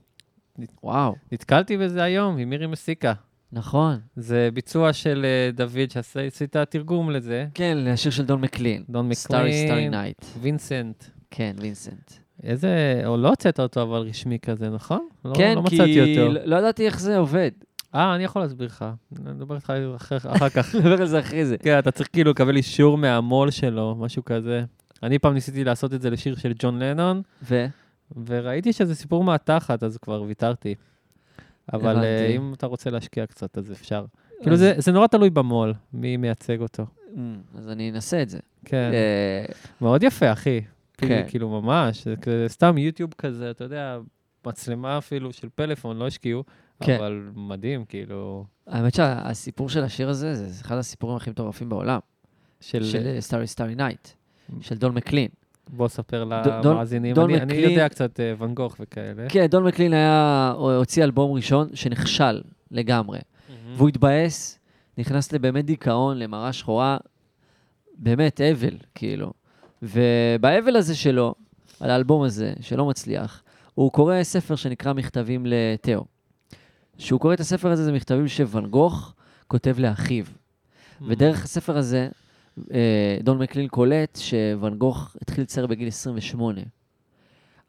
Speaker 4: וואו,
Speaker 1: נתקלתי בזה היום עם מירי מסיקה.
Speaker 4: נכון.
Speaker 1: זה ביצוע של אה, דוד, שעשית תרגום לזה,
Speaker 4: כן, השיר של דון מקלין.
Speaker 1: דון
Speaker 4: סטארי סטארי
Speaker 1: מקלין,
Speaker 4: נייט.
Speaker 1: וינסנט.
Speaker 4: כן, וינסנט.
Speaker 1: איזה, או לא הוצאת אותו אבל רשמי כזה, נכון? לא,
Speaker 4: כן,
Speaker 1: לא
Speaker 4: כי
Speaker 1: מצאתי אותו.
Speaker 4: לא ידעתי איך זה עובד.
Speaker 1: אה, אני יכול להסביר לך. נדבר איתך אחר, אחר כך.
Speaker 4: נדבר על זה אחרי זה.
Speaker 1: כן, אתה צריך כאילו לקבל אישור מהמו"ל שלו, משהו כזה. אני פעם ניסיתי לעשות את זה לשיר של ג'ון לנון,
Speaker 4: ו?
Speaker 1: וראיתי שזה סיפור מהתחת, אז כבר ויתרתי. אבל
Speaker 4: הבנתי.
Speaker 1: אה, אם אתה רוצה להשקיע קצת, אז אפשר. כאילו, זה זה נורא תלוי במו"ל, מי מייצג אותו.
Speaker 4: Mm, אז אני אנסה את זה.
Speaker 1: כן,
Speaker 4: אה,
Speaker 1: מאוד יפה, אחי.
Speaker 4: כן.
Speaker 1: כאילו, ממש, זה כזה סתם יוטיוב כזה, אתה יודע, מצלמה אפילו של פלאפון, לא השקיעו,
Speaker 4: כן.
Speaker 1: אבל מדהים, כאילו,
Speaker 4: האמת שהסיפור של השיר הזה, זה זה אחד הסיפורים הכי מטורפים בעולם,
Speaker 1: של... Mm.
Speaker 4: של אה, סטארי סטארי נייט, של דון מקלין.
Speaker 1: בוא ספר
Speaker 4: דון- דון-
Speaker 1: למאזינים.
Speaker 4: דון
Speaker 1: אני- אני
Speaker 4: מקלין-
Speaker 1: יודע קצת אה, ואן גוך וכאלה.
Speaker 4: כן, דון מקלין היה, הוציא אלבום ראשון שנכשל לגמרי.
Speaker 1: מהמם.
Speaker 4: והוא התבאס, נכנס לבאמת דיכאון, למראה שחורה, באמת אבל, כאילו. ובאבל הזה שלו, על האלבום הזה, שלא מצליח, הוא קורא ספר שנקרא מכתבים לתאו. כשהוא קורא את הספר הזה, זה מכתבים שוואן גוך כותב לאחיו. כן, ודרך הספר הזה, אה, דון מקלין קולט שוואן גוך התחיל לצייר בגיל 28.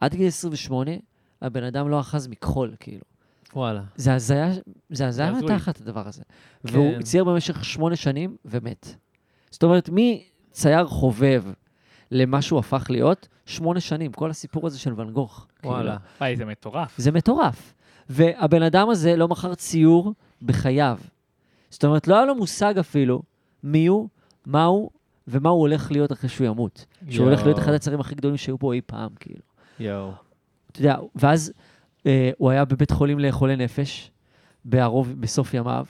Speaker 4: עד גיל 28, הבן אדם לא אחז מכחול, כאילו.
Speaker 1: וואלה.
Speaker 4: זה הזיה, זה הזיה
Speaker 2: הזוי.
Speaker 4: מתחת הדבר הזה. והוא
Speaker 1: כן.
Speaker 4: צייר במשך שמונה שנים ומת. זאת אומרת, מצייר חובב למה שהוא הפך להיות, שמונה שנים, כל הסיפור הזה של ואן גוך.
Speaker 1: וואלה.
Speaker 4: כאילו.
Speaker 2: וואי, זה מטורף.
Speaker 4: זה מטורף. והבן אדם הזה לא מכר ציור בחייו. זאת אומרת, לא היה לו מושג אפילו מי הוא, מה הוא ומה הוא הולך להיות אחרי שהוא ימות. שהוא הולך להיות
Speaker 1: יואו.
Speaker 4: אחד הציירים הכי גדולים שהיו פה אי פעם, כאילו.
Speaker 1: יואו.
Speaker 4: אתה יודע, ואז אה, הוא היה בבית חולים לחולי נפש, בערוב, בסוף ימיו,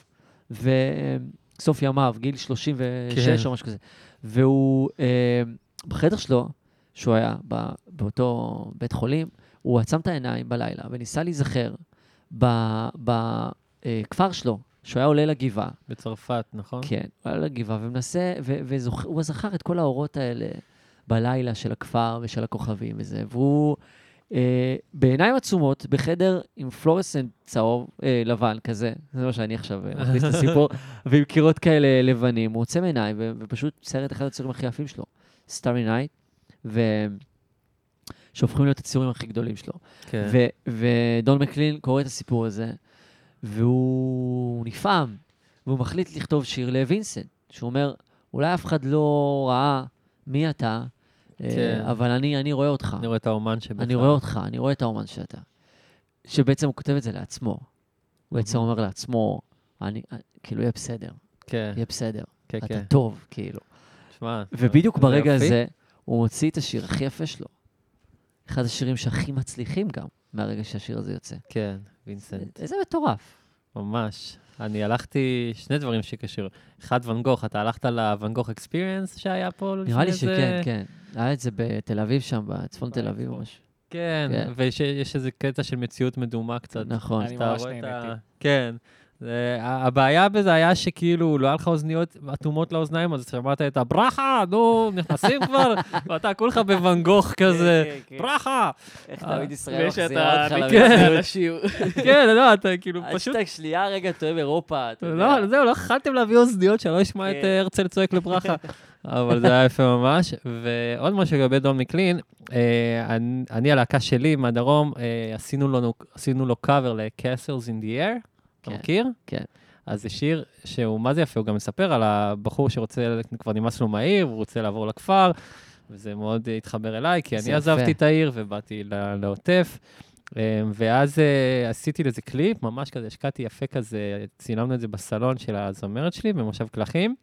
Speaker 4: וסוף ימיו, גיל 36
Speaker 1: כן.
Speaker 4: או משהו כזה. והוא, אה, בחדר שלו, שהוא היה ב, באותו בית חולים, הוא עצם את העיניים בלילה וניסה להיזכר בכפר שלו, שהוא היה עולה לגבעה,
Speaker 1: בצרפת, נכון?
Speaker 4: כן, הוא היה לגבעה ומנסה, והוא זכר את כל האורות האלה בלילה של הכפר ושל הכוכבים וזה, והוא אה, בעיניים עצומות, בחדר עם פלורסנט צהוב, אה, לבן כזה, זה מה שאני עכשיו אה, מכניס לסיפור, ועם קירות כאלה לבנים, הוא עוצם עיניים ו- ופשוט צייר את אחד הציורים הכי יפים שלו, סטארי נייט, ו... שהופכים להיות הציורים הכי גדולים שלו.
Speaker 1: כן.
Speaker 4: ו- ודון מקלין קורא את הסיפור הזה, והוא נפעם, והוא מחליט לכתוב שיר לווינסנט, שהוא אומר, אולי אף אחד לא ראה מי אתה, אה,
Speaker 1: כן.
Speaker 4: אבל אני, אני רואה אותך.
Speaker 1: אני רואה את האומן שבך.
Speaker 4: אני רואה אותך, אני רואה את האומן שאתה. שבעצם הוא כותב את זה לעצמו. הוא בעצם אומר לעצמו, אני, אה, כאילו, יהיה בסדר,
Speaker 1: אוקיי. כן,
Speaker 4: יהיה בסדר,
Speaker 1: כן,
Speaker 4: אתה
Speaker 1: כן.
Speaker 4: טוב, כאילו.
Speaker 1: תשמע.
Speaker 4: ובדיוק
Speaker 1: זה
Speaker 4: ברגע
Speaker 1: יופי.
Speaker 4: הזה, הוא מוציא את השיר הכי יפה שלו. אחד השירים שהכי מצליחים גם, מהרגע שהשיר הזה יוצא.
Speaker 1: כן, וינסנט,
Speaker 4: איזה מטורף.
Speaker 1: ממש. אני הלשתי, שני דברים שקשור. אחד, ואן גוך, אתה הלכת לוואן גוך אקספיריאנס שהיה פה?
Speaker 4: נראה לי
Speaker 1: לפני
Speaker 4: שכן,
Speaker 1: איזה-
Speaker 4: כן. היה את זה בתל אביב שם, בצפון תל אביב או משהו.
Speaker 1: כן,
Speaker 4: כן.
Speaker 1: ושיש איזה קטע של מציאות מדומה קצת.
Speaker 4: נכון.
Speaker 2: אני
Speaker 1: שאתה
Speaker 2: ממש
Speaker 1: רואה את ה-
Speaker 2: נהניתי.
Speaker 1: כן. זה- ה- הבעיה בזה היה שכאילו, לא היה לך אוזניות אטומות לאוזניים, אז שמעת את הברכה, נו, נכנסים כבר, ואתה כולך בוואן גוך
Speaker 3: כן,
Speaker 2: כן,
Speaker 1: כזה,
Speaker 4: כן.
Speaker 1: ברכה.
Speaker 4: איך
Speaker 1: תמיד
Speaker 4: ישראל
Speaker 1: כן.
Speaker 4: לשיעור.
Speaker 3: אה,
Speaker 1: כן, לא, אתה כאילו פשוט...
Speaker 4: אשטג שנייה רגע, אתה אוהב אירופה, אה, אתה
Speaker 1: לא, זהו, לא יכלתם להביא אוזניות שלא אשמע את
Speaker 4: כן.
Speaker 1: אה, הרצל צועק לברכה. אבל זה היה יפה ממש. ועוד משהו לגבי דון מקלין, אה, אני- אני, הלהקה שלי מהדרום, אה, עשינו לנו- עשינו לו קאבר ל-Castles in the Air, אתה
Speaker 4: כן,
Speaker 1: מכיר?
Speaker 4: כן.
Speaker 1: אז זה שיר שהוא, מה זה יפה, הוא גם מספר על הבחור שרוצה, כבר נמאס לו מהעיר, הוא רוצה לעבור לכפר, וזה מאוד אה, התחבר אליי, כי
Speaker 4: זה
Speaker 1: אני
Speaker 4: יפה.
Speaker 1: עזבתי את העיר ובאתי ל- לעוטף. אה, ואז אה, עשיתי לזה קליפ, ממש כזה, השקעתי יפה כזה, צילמנו את זה בסלון של הזמרת שלי במושב קלחים,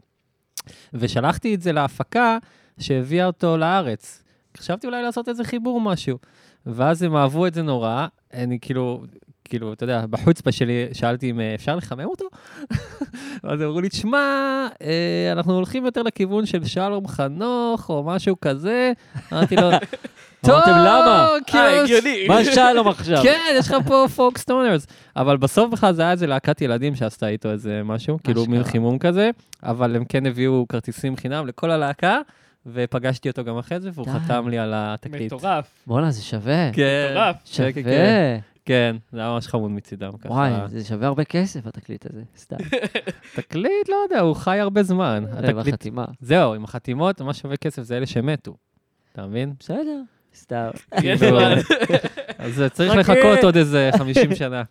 Speaker 1: ושלחתי את זה להפקה שהביאה אותו לארץ. חשבתי אולי לעשות איזה חיבור משהו. ואז הם אהבו את זה נורא, אני כאילו, כאילו, אתה יודע, בחוצפה שלי שאלתי אם אה, אפשר לחמם אותו? ואז הם אמרו לי, תשמע, אה, אנחנו הולכים יותר לכיוון של שלום חנוך או משהו כזה. אמרתי לו, טוב,
Speaker 4: אמרתם, "למה?"
Speaker 1: כאילו,
Speaker 3: אה, הגיוני.
Speaker 4: מה שלום עכשיו?
Speaker 1: כן, יש לך פה פוק סטונרס. אבל בסוף בכלל זה היה איזה להקת ילדים שעשתה איתו איזה משהו, כאילו מין
Speaker 4: אשכרה.
Speaker 1: חימום כזה, אבל הם כן הביאו כרטיסים חינם לכל הלהקה, ופגשתי אותו גם אחרי זה, והוא
Speaker 4: די.
Speaker 1: חתם לי על התקליט.
Speaker 2: מטורף.
Speaker 4: בואנה, זה שווה.
Speaker 1: כן,
Speaker 2: מטורף.
Speaker 1: כן, כן, כן.
Speaker 4: שווה.
Speaker 1: כן, זה היה ממש חמוד מצידם. ככה.
Speaker 4: וואי, זה שווה הרבה כסף, התקליט הזה. סתם.
Speaker 1: תקליט, לא יודע, הוא חי הרבה זמן.
Speaker 4: אה,
Speaker 1: התקליט,
Speaker 4: בחתימה.
Speaker 1: זהו, עם החתימות, מה שווה כסף זה אלה שמתו. אתה מבין?
Speaker 4: בסדר. סתם. כן,
Speaker 2: יש
Speaker 1: כאילו,
Speaker 2: זמן.
Speaker 1: אז צריך
Speaker 4: חכה.
Speaker 2: אה.
Speaker 1: לחכות עוד איזה 50 שנה.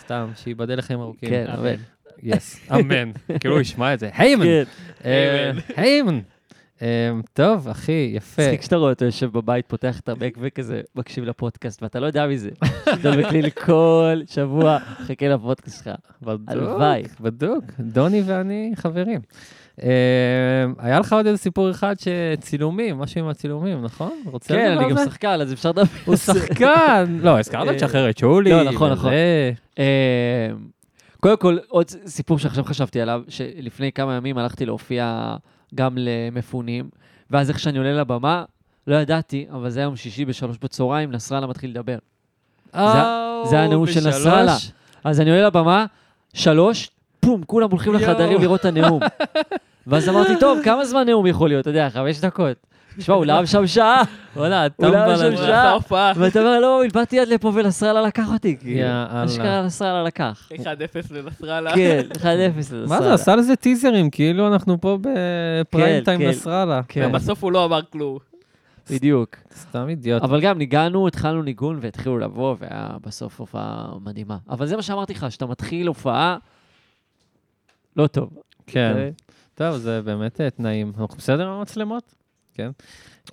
Speaker 1: סתם, שייבדל לחיים ארוכים.
Speaker 4: כן,
Speaker 2: אמן.
Speaker 4: אבל.
Speaker 1: יס, אמן. כאילו הוא ישמע את זה. היימן!
Speaker 4: כן.
Speaker 1: אה, היימן! אה, טוב, אחי, יפה.
Speaker 4: מצחיק שאתה רואה אותו יושב בבית, פותח את המק וכזה, מקשיב לפודקאסט, ואתה לא יודע מזה. אתה מקליל כל שבוע, חכה לפודקאסט שלך.
Speaker 1: בדוק,
Speaker 4: הלוואי.
Speaker 1: בדוק. דוני ואני חברים. אה, היה לך עוד איזה סיפור אחד שצילומים, משהו עם הצילומים, נכון? רוצה
Speaker 4: כן,
Speaker 1: לדבר
Speaker 4: אני
Speaker 1: על
Speaker 4: גם
Speaker 1: זה?
Speaker 4: שחקן, אז אפשר לדבר.
Speaker 1: הוא שחקן. לא, הזכרת את שחררת שולי.
Speaker 4: לא, נכון, נכון.
Speaker 1: וזה.
Speaker 4: אה, קודם כל, עוד סיפור שעכשיו חשבתי עליו, שלפני כמה ימים הלכתי להופיע גם למפונים, ואז איך שאני עולה לבמה, לא ידעתי, אבל זה היה יום שישי בשלוש בצהריים, נסראללה מתחיל לדבר.
Speaker 1: אה,
Speaker 4: זה הנאום של
Speaker 1: בשלוש.
Speaker 4: נסראללה. אז אני עולה לבמה, שלוש, פום, כולם הולכים
Speaker 1: יואו.
Speaker 4: לחדרים לראות את הנאום. ואז אמרתי, טוב, כמה זמן נאום יכול להיות? אתה יודע, חמש דקות. תשמע, הוא להב שם שעה,
Speaker 1: וואלה,
Speaker 4: אולי
Speaker 1: הטמבל
Speaker 4: של
Speaker 1: הזה.
Speaker 4: שעה. ואתה אומר, לא, הלבדתי יד לפה ונסראללה לקח אותי, כאילו.
Speaker 1: יאללה.
Speaker 4: אשכרה נסראללה לקח.
Speaker 3: 1-0 לנסראללה.
Speaker 4: כן, 1-0 לנסראללה.
Speaker 1: מה זה, עשה לזה טיזרים, כאילו אנחנו פה בפריים
Speaker 4: כן,
Speaker 1: טיים
Speaker 4: כן.
Speaker 1: נסראללה.
Speaker 4: כן,
Speaker 3: ובסוף הוא לא אמר כלום.
Speaker 4: בדיוק.
Speaker 1: סתם אידיוט.
Speaker 4: אבל גם ניגענו, התחלנו ניגון והתחילו לבוא, והיה בסוף הופעה מדהימה. אבל זה מה שאמרתי לך, שאתה מתחיל הופעה לא טוב.
Speaker 1: כן.
Speaker 4: אה,
Speaker 1: טוב, זה באמת אה, תנאים. אנחנו בסדר עם המצלמות? כן.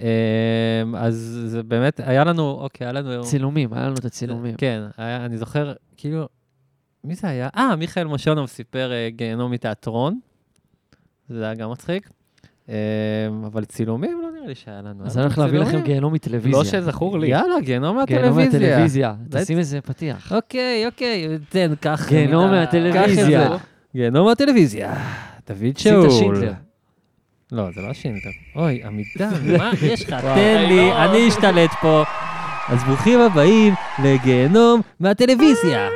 Speaker 1: אמ, אז זה באמת, היה לנו, אוקיי, היה לנו...
Speaker 4: צילומים, היה לנו את הצילומים.
Speaker 1: כן, היה- אני זוכר, כאילו, מי זה היה? אה, מיכאל מושונוב סיפר אה, גיהנום מתיאטרון. זה היה גם מצחיק. אמ, אבל צילומים לא נראה לי שהיה לנו.
Speaker 4: אז
Speaker 1: היה
Speaker 4: אני
Speaker 1: לנו
Speaker 4: הולך להביא לכם
Speaker 1: צילומים?
Speaker 4: גיהנום מטלוויזיה.
Speaker 3: לא שזכור לי.
Speaker 1: יאללה, גיהנום
Speaker 4: גיהנום
Speaker 1: מהטלוויזיה.
Speaker 4: מהטלוויזיה.
Speaker 1: זה-
Speaker 4: תשים איזה פתיח.
Speaker 1: אוקיי, אוקיי, תן, קח.
Speaker 4: גיהנום
Speaker 1: אה,
Speaker 4: מהטלוויזיה.
Speaker 1: קח את זה. גיהנום מהטלוויזיה. כן, דוד
Speaker 4: שים את
Speaker 1: שאול.
Speaker 4: השינדלר.
Speaker 1: לא, זה לא שינדלר. אוי, עמידן, מה יש לך? תן
Speaker 3: וואי,
Speaker 1: לי,
Speaker 3: לא.
Speaker 1: אני אשתלט פה. אז ברוכים הבאים לגיהנום מהטלוויזיה.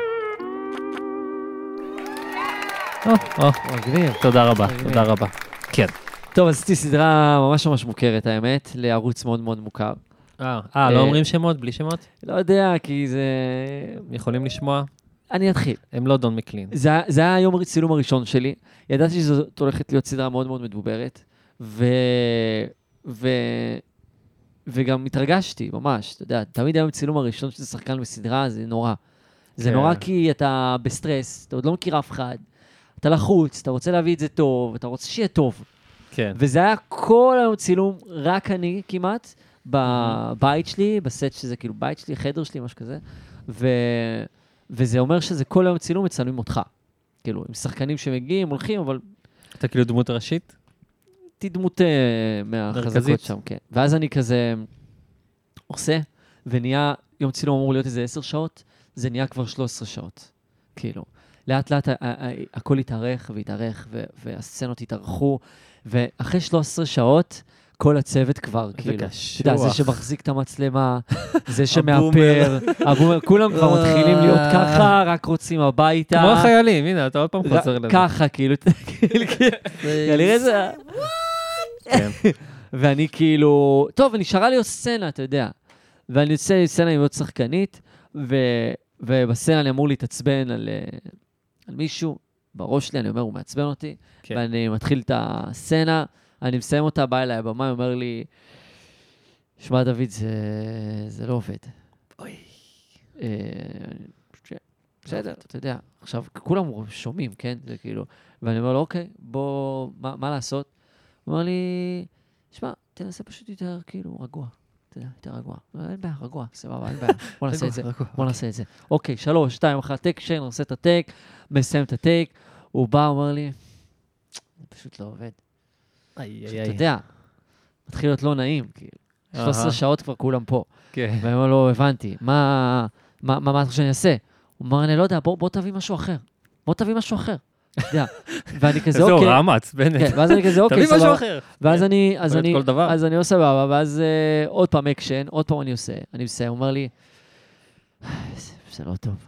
Speaker 1: או, או,
Speaker 4: מגניב.
Speaker 1: אה, תודה רבה,
Speaker 4: מגניב.
Speaker 1: תודה רבה. כן.
Speaker 4: טוב, אז עשיתי סדרה ממש ממש מוכרת, האמת, לערוץ מאוד מאוד מוכר.
Speaker 1: אה, אה, לא
Speaker 4: אה,
Speaker 1: אומרים שמות? בלי שמות?
Speaker 4: לא יודע, כי זה...
Speaker 1: יכולים לשמוע?
Speaker 4: אני אתחיל.
Speaker 1: הם לא דון מקלין.
Speaker 4: זה, היה- זה היה היום הצילום הראשון שלי. ידעתי שזאת הולכת להיות סדרה מאוד מאוד מדוברת, ו... ו... וגם התרגשתי, ממש, אתה יודע, תמיד היום הצילום הראשון של שחקן בסדרה זה נורא. זה
Speaker 1: כן.
Speaker 4: נורא כי אתה בסטרס, אתה עוד לא מכיר אף אחד, אתה לחוץ, אתה רוצה להביא את זה טוב, אתה רוצה שיהיה טוב.
Speaker 1: כן.
Speaker 4: וזה היה כל היום צילום, רק אני כמעט, בבית שלי, בסט שזה כאילו בית שלי, חדר שלי, משהו כזה. ו... וזה אומר שזה כל היום צילום מצלמים אותך. כאילו, עם שחקנים שמגיעים, הולכים, אבל
Speaker 1: אתה כאילו דמות ראשית?
Speaker 4: תדמות אה, מהחזקות
Speaker 1: מרכזית.
Speaker 4: שם, כן. ואז אני כזה עושה, ונהיה, יום צילום אמור להיות איזה עשר שעות, זה נהיה כבר 13 שעות. כאילו, לאט לאט ה- ה- ה- הכל התארך והתארך, ו- והסצנות התארכו, ואחרי 13 שעות, כל הצוות כבר, כאילו.
Speaker 1: קשוח.
Speaker 4: אתה יודע, זה שמחזיק את המצלמה, זה שמאפר,
Speaker 1: הבומר.
Speaker 4: הבומר, כולם כבר מתחילים להיות
Speaker 1: אה.
Speaker 4: ככה, רק רוצים הביתה.
Speaker 1: כמו החיילים, הנה, אתה עוד פעם
Speaker 4: ר-
Speaker 1: חוזר לזה.
Speaker 4: ככה, כאילו, כנראה איזה...
Speaker 1: כן.
Speaker 4: ואני כאילו, טוב, ונשארה לי עוד סצנה, אתה יודע. ואני יוצא לסצנה עם עוד שחקנית, ו... ובסצנה אני אמור להתעצבן על, אה, על מישהו, בראש שלי, אני אומר, הוא מעצבן אותי,
Speaker 1: כן.
Speaker 4: כן. ואני מתחיל את הסצנה, אני מסיים אותה, בא אליי הבמאי, אומר לי, שמע, דוד, זה, זה לא עובד. אה, אוי. בסדר, אתה יודע, עכשיו, כולם שומעים, כן? זה כאילו... ואני אומר לו, אוקיי, בוא, מה, מה לעשות? הוא אומר לי, שמע, תנסה פשוט יותר, כאילו, רגוע. אתה יודע, יותר רגוע. הוא אומר, אין בעיה, רגוע, סבבה, אין בעיה. בוא נעשה את זה, בוא נעשה את זה. אוקיי, שלוש, שתיים, אחת, טייק שיין, עושה את הטייק, מסיים את הטייק, הוא בא, אומר לי, זה פשוט לא עובד.
Speaker 1: איי,
Speaker 4: פשוט, אתה יודע, מתחיל להיות לא נעים, כאילו.
Speaker 1: אהה.
Speaker 4: 13 שעות כבר כולם פה.
Speaker 1: כן.
Speaker 4: ואני אומר לו, הבנתי, מה מה- מה- מה אתה חושב שאני אעשה? הוא אמר, אני לא יודע, בוא בוא תביא משהו אחר. בוא תביא משהו אחר. אתה יודע. ואני כזה,
Speaker 1: איזה
Speaker 4: אוקיי.
Speaker 1: הוראה מעצבנת.
Speaker 4: כן, ואז אני כזה, אוקיי,
Speaker 1: תביא משהו
Speaker 4: סבבה.
Speaker 1: אחר.
Speaker 4: ואז אני, אז
Speaker 1: יכול להיות
Speaker 4: אני,
Speaker 1: כל דבר.
Speaker 4: אז אני עושה סבבה, ואז אה, עוד פעם אקשן, עוד פעם אני עושה, אני מסיים, הוא אומר לי, "זה- זה לא טוב,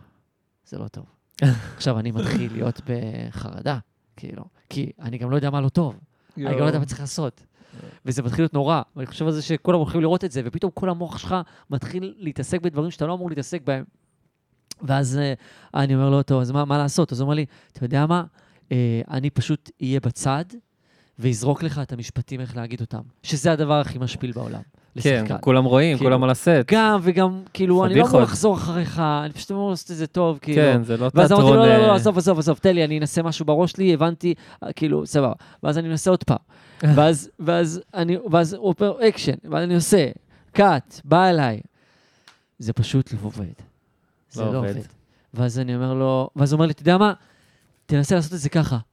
Speaker 4: זה לא טוב. עכשיו אני מתחיל להיות בחרדה, כאילו, כי אני גם לא יודע מה לא טוב, אני גם לא
Speaker 1: כן,
Speaker 4: יודע מה צריך לעשות. וזה מתחיל להיות נורא, ואני חושב על זה שכולם הולכים לראות את זה, ופתאום כל המוח שלך מתחיל להתעסק בדברים שאתה לא אמור להתעסק בהם. ואז אה, אני אומר לו, טוב, אז מה, מה לעשות? אז הוא אומר לי, אתה יודע מה? אה, אני פשוט אהיה בצד, ואזרוק לך את המשפטים איך להגיד אותם. שזה הדבר הכי משפיל בעולם.
Speaker 1: כן,
Speaker 4: לשחקן.
Speaker 1: כולם רואים,
Speaker 4: כאילו,
Speaker 1: כולם על הסט.
Speaker 4: גם וגם, כאילו, אני לא אמור
Speaker 1: פדיחות.
Speaker 4: לחזור אחריך, אני פשוט אמור לעשות את זה טוב, כאילו.
Speaker 1: כן, זה לא
Speaker 4: ואז אמרתי,
Speaker 1: תיאטרון...
Speaker 4: לא, לא, לא,
Speaker 1: אה,
Speaker 4: עזוב, עזוב, עזוב, תן לי, אני אנסה משהו בראש שלי, הבנתי, אה, כאילו, סבבה. ואז אני מנסה עוד פעם. ואז, ואז אני, ואז הוא אומר, אקשן, ואז אני עושה, קאט, בא אליי. זה פשוט לא עובד. זה
Speaker 1: לא
Speaker 4: לא
Speaker 1: עובד.
Speaker 4: עובד. ואז אני אומר לו, ואז הוא אומר לי, אתה יודע מה? תנסה לעשות את זה ככה.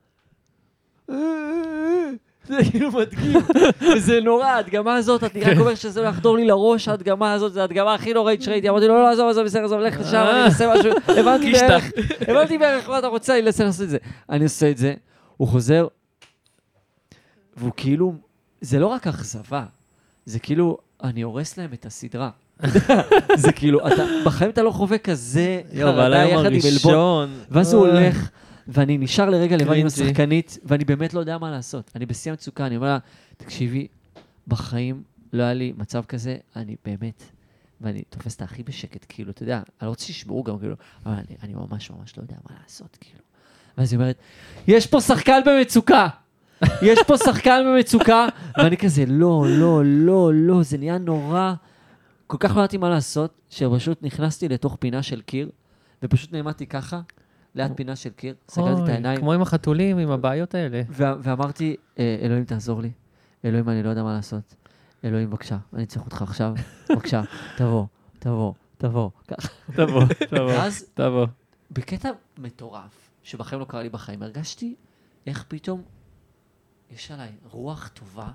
Speaker 4: זה כאילו מדגים, וזה נורא, ההדגמה הזאת, אני רק אומר שזה לא יחדור לי לראש, ההדגמה הזאת, זו ההדגמה הכי נוראית שראיתי. אמרתי לו, לא, לא, עזוב, עזוב, בסדר, עזוב, לך לשם, אני אעשה משהו. הבנתי בערך, הבנתי בערך מה אתה רוצה, אני אנסה לעשות את זה. אני עושה את זה, הוא חוזר, והוא כאילו, זה לא רק אכזבה, זה כאילו, אני הורס להם את הסדרה. זה כאילו, אתה, בחיים אתה לא חווה כזה
Speaker 1: יואו, אבל
Speaker 4: חרדה
Speaker 1: היום
Speaker 4: יחד עם עלבון.
Speaker 1: הראשון.
Speaker 4: ואז
Speaker 1: אה.
Speaker 4: הוא הולך, ואני נשאר לרגע לבד עם
Speaker 1: קרינג'י.
Speaker 4: השחקנית, ואני באמת לא יודע מה לעשות. אני בשיא המצוקה, אני אומר לה, תקשיבי, בחיים לא היה לי מצב כזה, אני באמת, ואני תופס את הכי בשקט, כאילו, אתה יודע, אני לא רוצה שישמעו גם, כאילו, אבל אני, אני ממש ממש לא יודע מה לעשות, כאילו. ואז היא אומרת, יש פה שחקן במצוקה! יש פה שחקן במצוקה, ואני כזה, לא, לא, לא, לא, זה נהיה נורא. כל כך לא ידעתי מה לעשות, שפשוט נכנסתי לתוך פינה של קיר, ופשוט נעמדתי ככה, ליד פינה של קיר, סגרתי את
Speaker 1: אוי,
Speaker 4: העיניים,
Speaker 1: כמו עם החתולים, עם הבעיות האלה.
Speaker 4: ו- ואמרתי, "אה, אלוהים תעזור לי, אלוהים אני לא יודע מה לעשות, אלוהים בבקשה, אני צריך אותך עכשיו, בבקשה, תבוא, תבוא, תבוא. ככה.
Speaker 1: תבוא, תבוא,
Speaker 4: ואז
Speaker 1: תבוא.
Speaker 4: בקטע מטורף, שבחיים לא קרה לי בחיים, הרגשתי איך פתאום יש עליי רוח טובה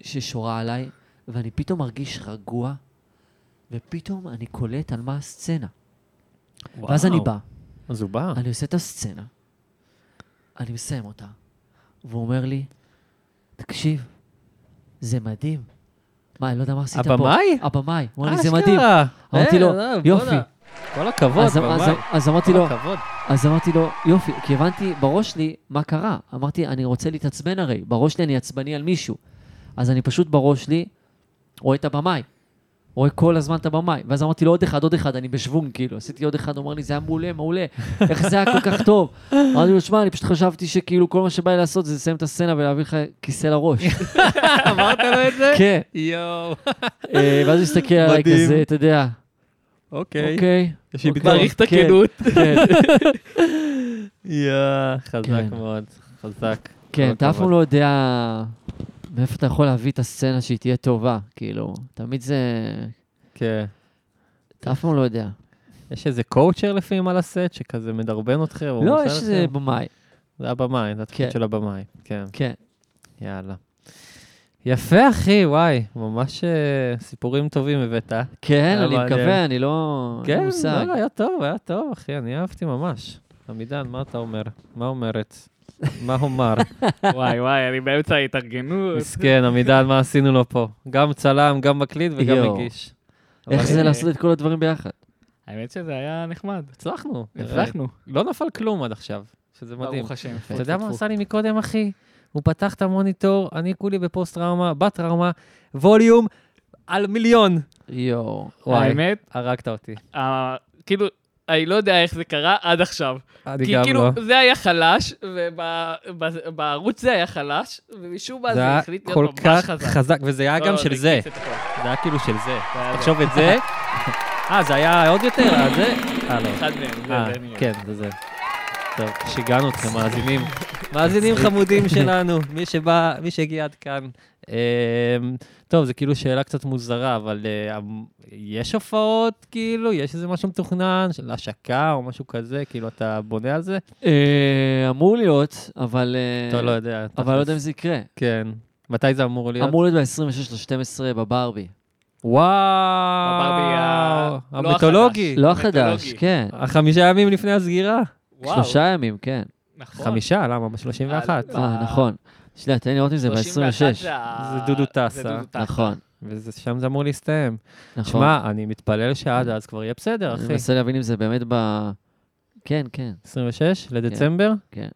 Speaker 4: ששורה עליי, ואני פתאום מרגיש רגוע, ופתאום אני קולט על מה הסצנה. ואז אני בא,
Speaker 1: אז הוא בא.
Speaker 4: אני עושה את הסצנה, אני מסיים אותה, והוא אומר לי, תקשיב, זה מדהים. מה, אני לא יודע מה עשית פה.
Speaker 1: הבמאי? אה,
Speaker 4: הבמאי. הוא אומר לי, זה
Speaker 1: אשכרה.
Speaker 4: מדהים. אמרתי
Speaker 1: אה,
Speaker 4: לו,
Speaker 1: אה,
Speaker 4: "יופי."
Speaker 1: בואנה. כל הכבוד,
Speaker 4: אז- אז-
Speaker 1: בבית.
Speaker 4: אז אמרתי
Speaker 1: כל
Speaker 4: לו,
Speaker 1: הכבוד.
Speaker 4: אז אמרתי לו, יופי, כי הבנתי בראש לי מה קרה. אמרתי, אני רוצה להתעצבן הרי, בראש לי אני עצבני על מישהו. אז אני פשוט בראש לי רואה את הבמאי. רואה כל הזמן את הבמאי. ואז אמרתי לו, עוד אחד, עוד אחד, אני בשוונג, כאילו. עשיתי עוד אחד, הוא אמר לי, זה היה מעולה, מעולה. איך זה היה כל כך טוב? אמרתי לו, שמע, אני פשוט חשבתי שכאילו כל מה שבא לי לעשות זה לסיים את הסצנה ולהביא לך כיסא לראש.
Speaker 1: אמרת לו את זה?
Speaker 4: כן.
Speaker 1: יואו.
Speaker 4: אה, ואז הוא הסתכל עליי
Speaker 1: מדהים.
Speaker 4: כזה, אתה יודע,
Speaker 1: אוקיי.
Speaker 4: אוקיי.
Speaker 1: יש לי
Speaker 4: אוקיי,
Speaker 1: ביקורת.
Speaker 3: מעריך את
Speaker 4: כן,
Speaker 3: הכנות.
Speaker 4: כן.
Speaker 1: יואו, חזק
Speaker 4: כן.
Speaker 1: מאוד. חזק.
Speaker 4: כן,
Speaker 1: כל
Speaker 4: אתה אף
Speaker 1: הכבוד.
Speaker 4: פעם לא יודע מאיפה אתה יכול להביא את הסצנה שהיא תהיה טובה, כאילו, תמיד זה...
Speaker 1: כן.
Speaker 4: אתה אף פעם לא יודע.
Speaker 1: יש איזה קואוצ'ר לפעמים על הסט שכזה מדרבן אתכם? או
Speaker 4: לא,
Speaker 1: מוסר
Speaker 4: יש איזה
Speaker 1: אתכם?
Speaker 4: במאי,
Speaker 1: זה הבמאי, זה התפקיד
Speaker 4: כן.
Speaker 1: של הבמאי. כן,
Speaker 4: כן.
Speaker 1: יאללה. יפה, אחי, וואי. ממש אה, סיפורים טובים הבאת.
Speaker 4: כן, אני
Speaker 1: אבל,
Speaker 4: מקווה, אני לא... אין לי
Speaker 1: אה, כן,
Speaker 4: מושג.
Speaker 1: לא, היה טוב, היה טוב, אחי, אני אהבתי ממש. עמידן, מה אתה אומר? מה אומרת? מה אומר?
Speaker 3: וואי וואי, אני באמצע ההתארגנות.
Speaker 1: מסכן, עמידן, מה עשינו לו פה? גם צלם, גם מקליט וגם
Speaker 4: יואו.
Speaker 1: מגיש.
Speaker 4: איך
Speaker 1: אבל,
Speaker 4: זה
Speaker 1: אה,
Speaker 4: לעשות את כל הדברים ביחד?
Speaker 3: האמת שזה היה נחמד.
Speaker 1: הצלחנו.
Speaker 3: הצלחנו.
Speaker 1: לא נפל כלום עד עכשיו, שזה מדהים.
Speaker 3: ברוך השם.
Speaker 1: אתה יודע מה עשה לי מקודם, אחי? הוא פתח את המוניטור, אני כולי בפוסט-טראומה, בטראומה, ווליום על מיליון.
Speaker 4: יואו.
Speaker 1: וואי,
Speaker 3: האמת,
Speaker 1: הרגת אותי.
Speaker 3: ה- כאילו, אני לא יודע איך זה קרה עד עכשיו.
Speaker 1: אני
Speaker 3: כי
Speaker 1: גם
Speaker 3: כאילו,
Speaker 1: לא.
Speaker 3: זה היה חלש, ובערוץ זה היה חלש, ומשום מה
Speaker 1: זה
Speaker 3: זה
Speaker 1: היה
Speaker 3: החליט
Speaker 1: כל
Speaker 3: להיות ממש
Speaker 1: כך
Speaker 3: חזק.
Speaker 1: חזק, וזה היה
Speaker 3: לא,
Speaker 1: גם
Speaker 3: לא,
Speaker 1: של זה.
Speaker 3: הקיץ את הכל.
Speaker 1: זה היה כאילו של זה.
Speaker 3: זה היה זה.
Speaker 1: תחשוב את זה. אה, זה היה עוד יותר, אה, זה? אה, לא.
Speaker 3: אחד מהם, זה-
Speaker 1: אה,
Speaker 3: זה נהיה.
Speaker 1: כן, זה זה. טוב, שיגענו אתכם, מאזינים. מאזינים חמודים שלנו, מי שבא, מי שהגיע עד כאן. אמ, טוב, זו כאילו שאלה קצת מוזרה, אבל אה, אמ, יש הופעות, כאילו? יש איזה משהו מתוכנן של השקה או משהו כזה? כאילו, אתה בונה על זה?
Speaker 4: אה, אמור להיות, אבל... אה,
Speaker 1: אתה לא יודע. אתה לא
Speaker 4: אבל לא יודע אם
Speaker 1: חושב.
Speaker 4: זה יקרה.
Speaker 1: כן. מתי זה אמור להיות?
Speaker 4: אמור להיות ב-26 ל-12 בברבי.
Speaker 1: וואו,
Speaker 3: ה- לא
Speaker 1: המיתולוגי.
Speaker 4: לא
Speaker 3: מיתולוגי.
Speaker 4: החדש, כן.
Speaker 1: החמישה ימים לפני הסגירה.
Speaker 3: וואו,
Speaker 4: שלושה ימים, כן.
Speaker 3: נכון.
Speaker 1: חמישה, למה? ב-31.
Speaker 3: אה,
Speaker 4: אה, נכון. שנייה, תן לי לראות אם זה
Speaker 3: 31
Speaker 4: ב-26.
Speaker 3: זה ה-
Speaker 1: זה דודו טסה.
Speaker 3: זה דודו טסה.
Speaker 4: נכון,
Speaker 1: ושם זה אמור להסתיים.
Speaker 4: נכון.
Speaker 1: שמע, אני מתפלל שעד אז כבר יהיה בסדר,
Speaker 4: אני
Speaker 1: אחי.
Speaker 4: מנסה להבין אם זה באמת ב... כן, כן.
Speaker 1: 26 לדצמבר?
Speaker 4: כן.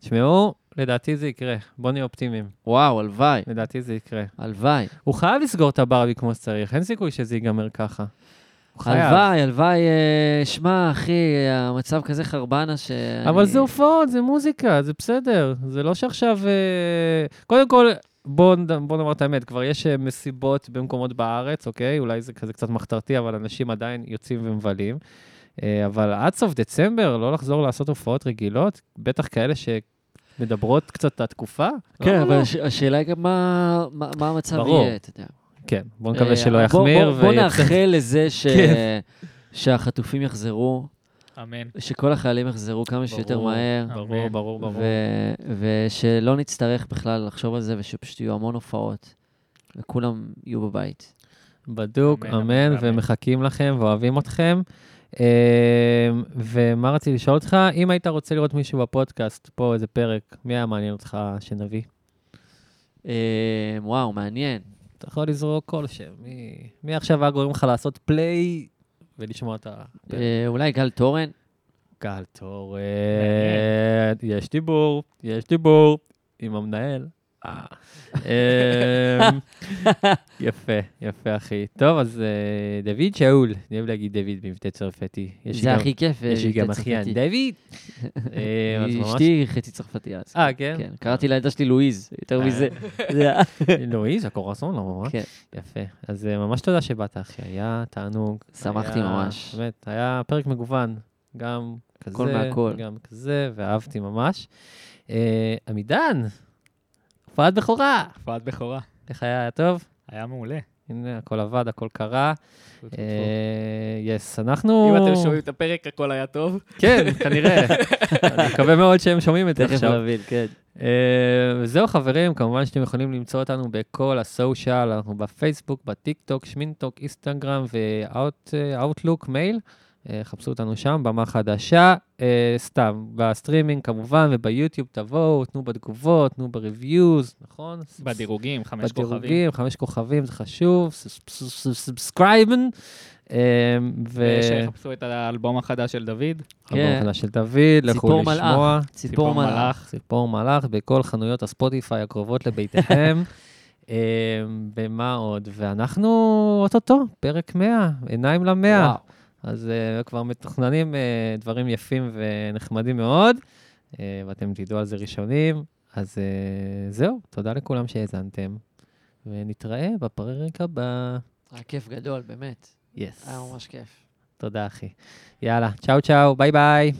Speaker 1: תשמעו, לדעתי זה יקרה. בוא נהיה אופטימיים.
Speaker 4: וואו, הלוואי,
Speaker 1: לדעתי זה יקרה.
Speaker 4: הלוואי.
Speaker 1: הוא חייב לסגור את הברבי כמו שצריך, אין סיכוי שזה ייגמר ככה. הוא חייב.
Speaker 4: הלוואי, הלוואי. אה, שמע, אחי, המצב כזה חרבנה ש...
Speaker 1: אבל זה הופעות, זה מוזיקה, זה בסדר. זה לא שעכשיו... אה, קודם כל... בואו בוא נאמר את האמת, כבר יש אה, מסיבות במקומות בארץ, אוקיי? אולי זה כזה קצת מחתרתי, אבל אנשים עדיין יוצאים ומבלים. אה, אבל עד סוף דצמבר, לא לחזור לעשות הופעות רגילות, בטח כאלה שמדברות קצת את התקופה.
Speaker 4: כן,
Speaker 1: למה
Speaker 4: אבל
Speaker 1: לא?
Speaker 4: הש- השאלה היא גם מה מה- מה המצב
Speaker 1: ברור.
Speaker 4: יהיה, אתה יודע.
Speaker 1: כן, בוא
Speaker 4: אה,
Speaker 1: נקווה שלא
Speaker 4: בוא-
Speaker 1: יחמיר.
Speaker 4: בוא- בוא
Speaker 1: ויצא-
Speaker 4: נאחל לזה ש-
Speaker 1: כן.
Speaker 4: שהחטופים יחזרו.
Speaker 2: אמן.
Speaker 4: שכל החיילים יחזרו כמה שיותר
Speaker 1: ברור,
Speaker 4: מהר,
Speaker 1: ברור,
Speaker 2: אמן.
Speaker 1: ברור, ברור.
Speaker 4: ו- ושלא נצטרך בכלל לחשוב על זה, ושפשוט יהיו המון הופעות, וכולם יהיו בבית.
Speaker 1: בדוק,
Speaker 2: אמן, אמן,
Speaker 1: אמן,
Speaker 2: אמן.
Speaker 1: ומחכים לכם ואוהבים אתכם. אמ, ומה רציתי לשאול אותך? אם היית רוצה לראות מישהו בפודקאסט, פה איזה פרק, מי היה מעניין אותך שנביא?
Speaker 4: אה, וואו, מעניין.
Speaker 1: אתה יכול לזרוק כל שם. מי- מי עכשיו היה גורם לך לעשות פליי ולשמוע את הפרק?
Speaker 4: אה, אולי גל תורן?
Speaker 1: גל תורן, יש דיבור, יש דיבור עם המנהל. אה. אמ, יפה, יפה אחי. טוב, אז אה, דוד שאול, אני אוהב להגיד דוד במבטא צרפתי. יש לי
Speaker 4: זה
Speaker 1: גם-
Speaker 4: הכי כיף. אה,
Speaker 1: יש לי גם
Speaker 4: לתת
Speaker 1: אחיין,
Speaker 4: צרפתי.
Speaker 1: דוד. אה, אז ממש-
Speaker 4: אשתי חצי צרפתי אז.
Speaker 1: אה, כן?
Speaker 4: כן, קראתי לילדה שלי לואיז, יותר
Speaker 1: אה.
Speaker 4: מזה. זה ה-
Speaker 1: לואי, זה הקורסון, לא ממש.
Speaker 4: כן.
Speaker 1: יפה. אז אה, ממש תודה שבאת, אחי. היה תענוג.
Speaker 4: שמחתי
Speaker 1: היה-
Speaker 4: ממש.
Speaker 1: באמת, היה פרק מגוון. גם כזה,
Speaker 4: מהכל.
Speaker 1: גם כזה, ואהבתי ממש. אה, עמידן, הופעת בכורה.
Speaker 3: הופעת בכורה.
Speaker 1: איך היה? היה טוב?
Speaker 2: היה מעולה.
Speaker 1: הנה, הכל עבד, הכל קרה.
Speaker 2: טפו, טפו, טפו.
Speaker 1: אה, יס, אנחנו...
Speaker 3: אם אתם שומעים את הפרק, הכל היה טוב.
Speaker 1: כן, כנראה. אני מקווה מאוד שהם שומעים את זה
Speaker 4: תכף
Speaker 1: עכשיו.
Speaker 4: נבין, כן.
Speaker 1: אה, וזהו חברים, כמובן שאתם יכולים למצוא אותנו בכל הסושיאל, אנחנו בפייסבוק, בטיק טוק, שמינטוק, איסטגרם ואוטלוק, מייל. אה, חפשו אותנו שם, במה חדשה, אה, סתם, בסטרימינג כמובן וביוטיוב תבואו, תנו בתגובות, תנו ברוויוז, נכון?
Speaker 2: בדירוגים, חמש כוכבים.
Speaker 1: בדירוגים, חמש כוכבים, זה חשוב, סאבסקרייבן. אה,
Speaker 3: אה,
Speaker 2: ושיחפשו אה, את האלבום החדש של דוד.
Speaker 4: כן.
Speaker 1: והבמה של דוד, לכו
Speaker 4: ציפור מלאך.
Speaker 1: לשמוע.
Speaker 4: ציפור מלאך.
Speaker 1: ציפור מלאך בכל חנויות הספוטיפיי הקרובות לביתכם. אמ, ומה עוד? ואנחנו, אוטוטו, פרק 100, עיניים למאה.
Speaker 4: וואו.
Speaker 1: אז אה, כבר מתוכננים אה, דברים יפים ונחמדים מאוד, אה, ואתם תדעו על זה ראשונים. אז אה, זהו, תודה לכולם שהאזנתם, ונתראה בפרק הבא.
Speaker 4: היה כיף גדול, באמת.
Speaker 1: יס.
Speaker 4: אה, היה ממש כיף.
Speaker 1: תודה, אחי. יאללה, צ'או צ'או, ביי ביי.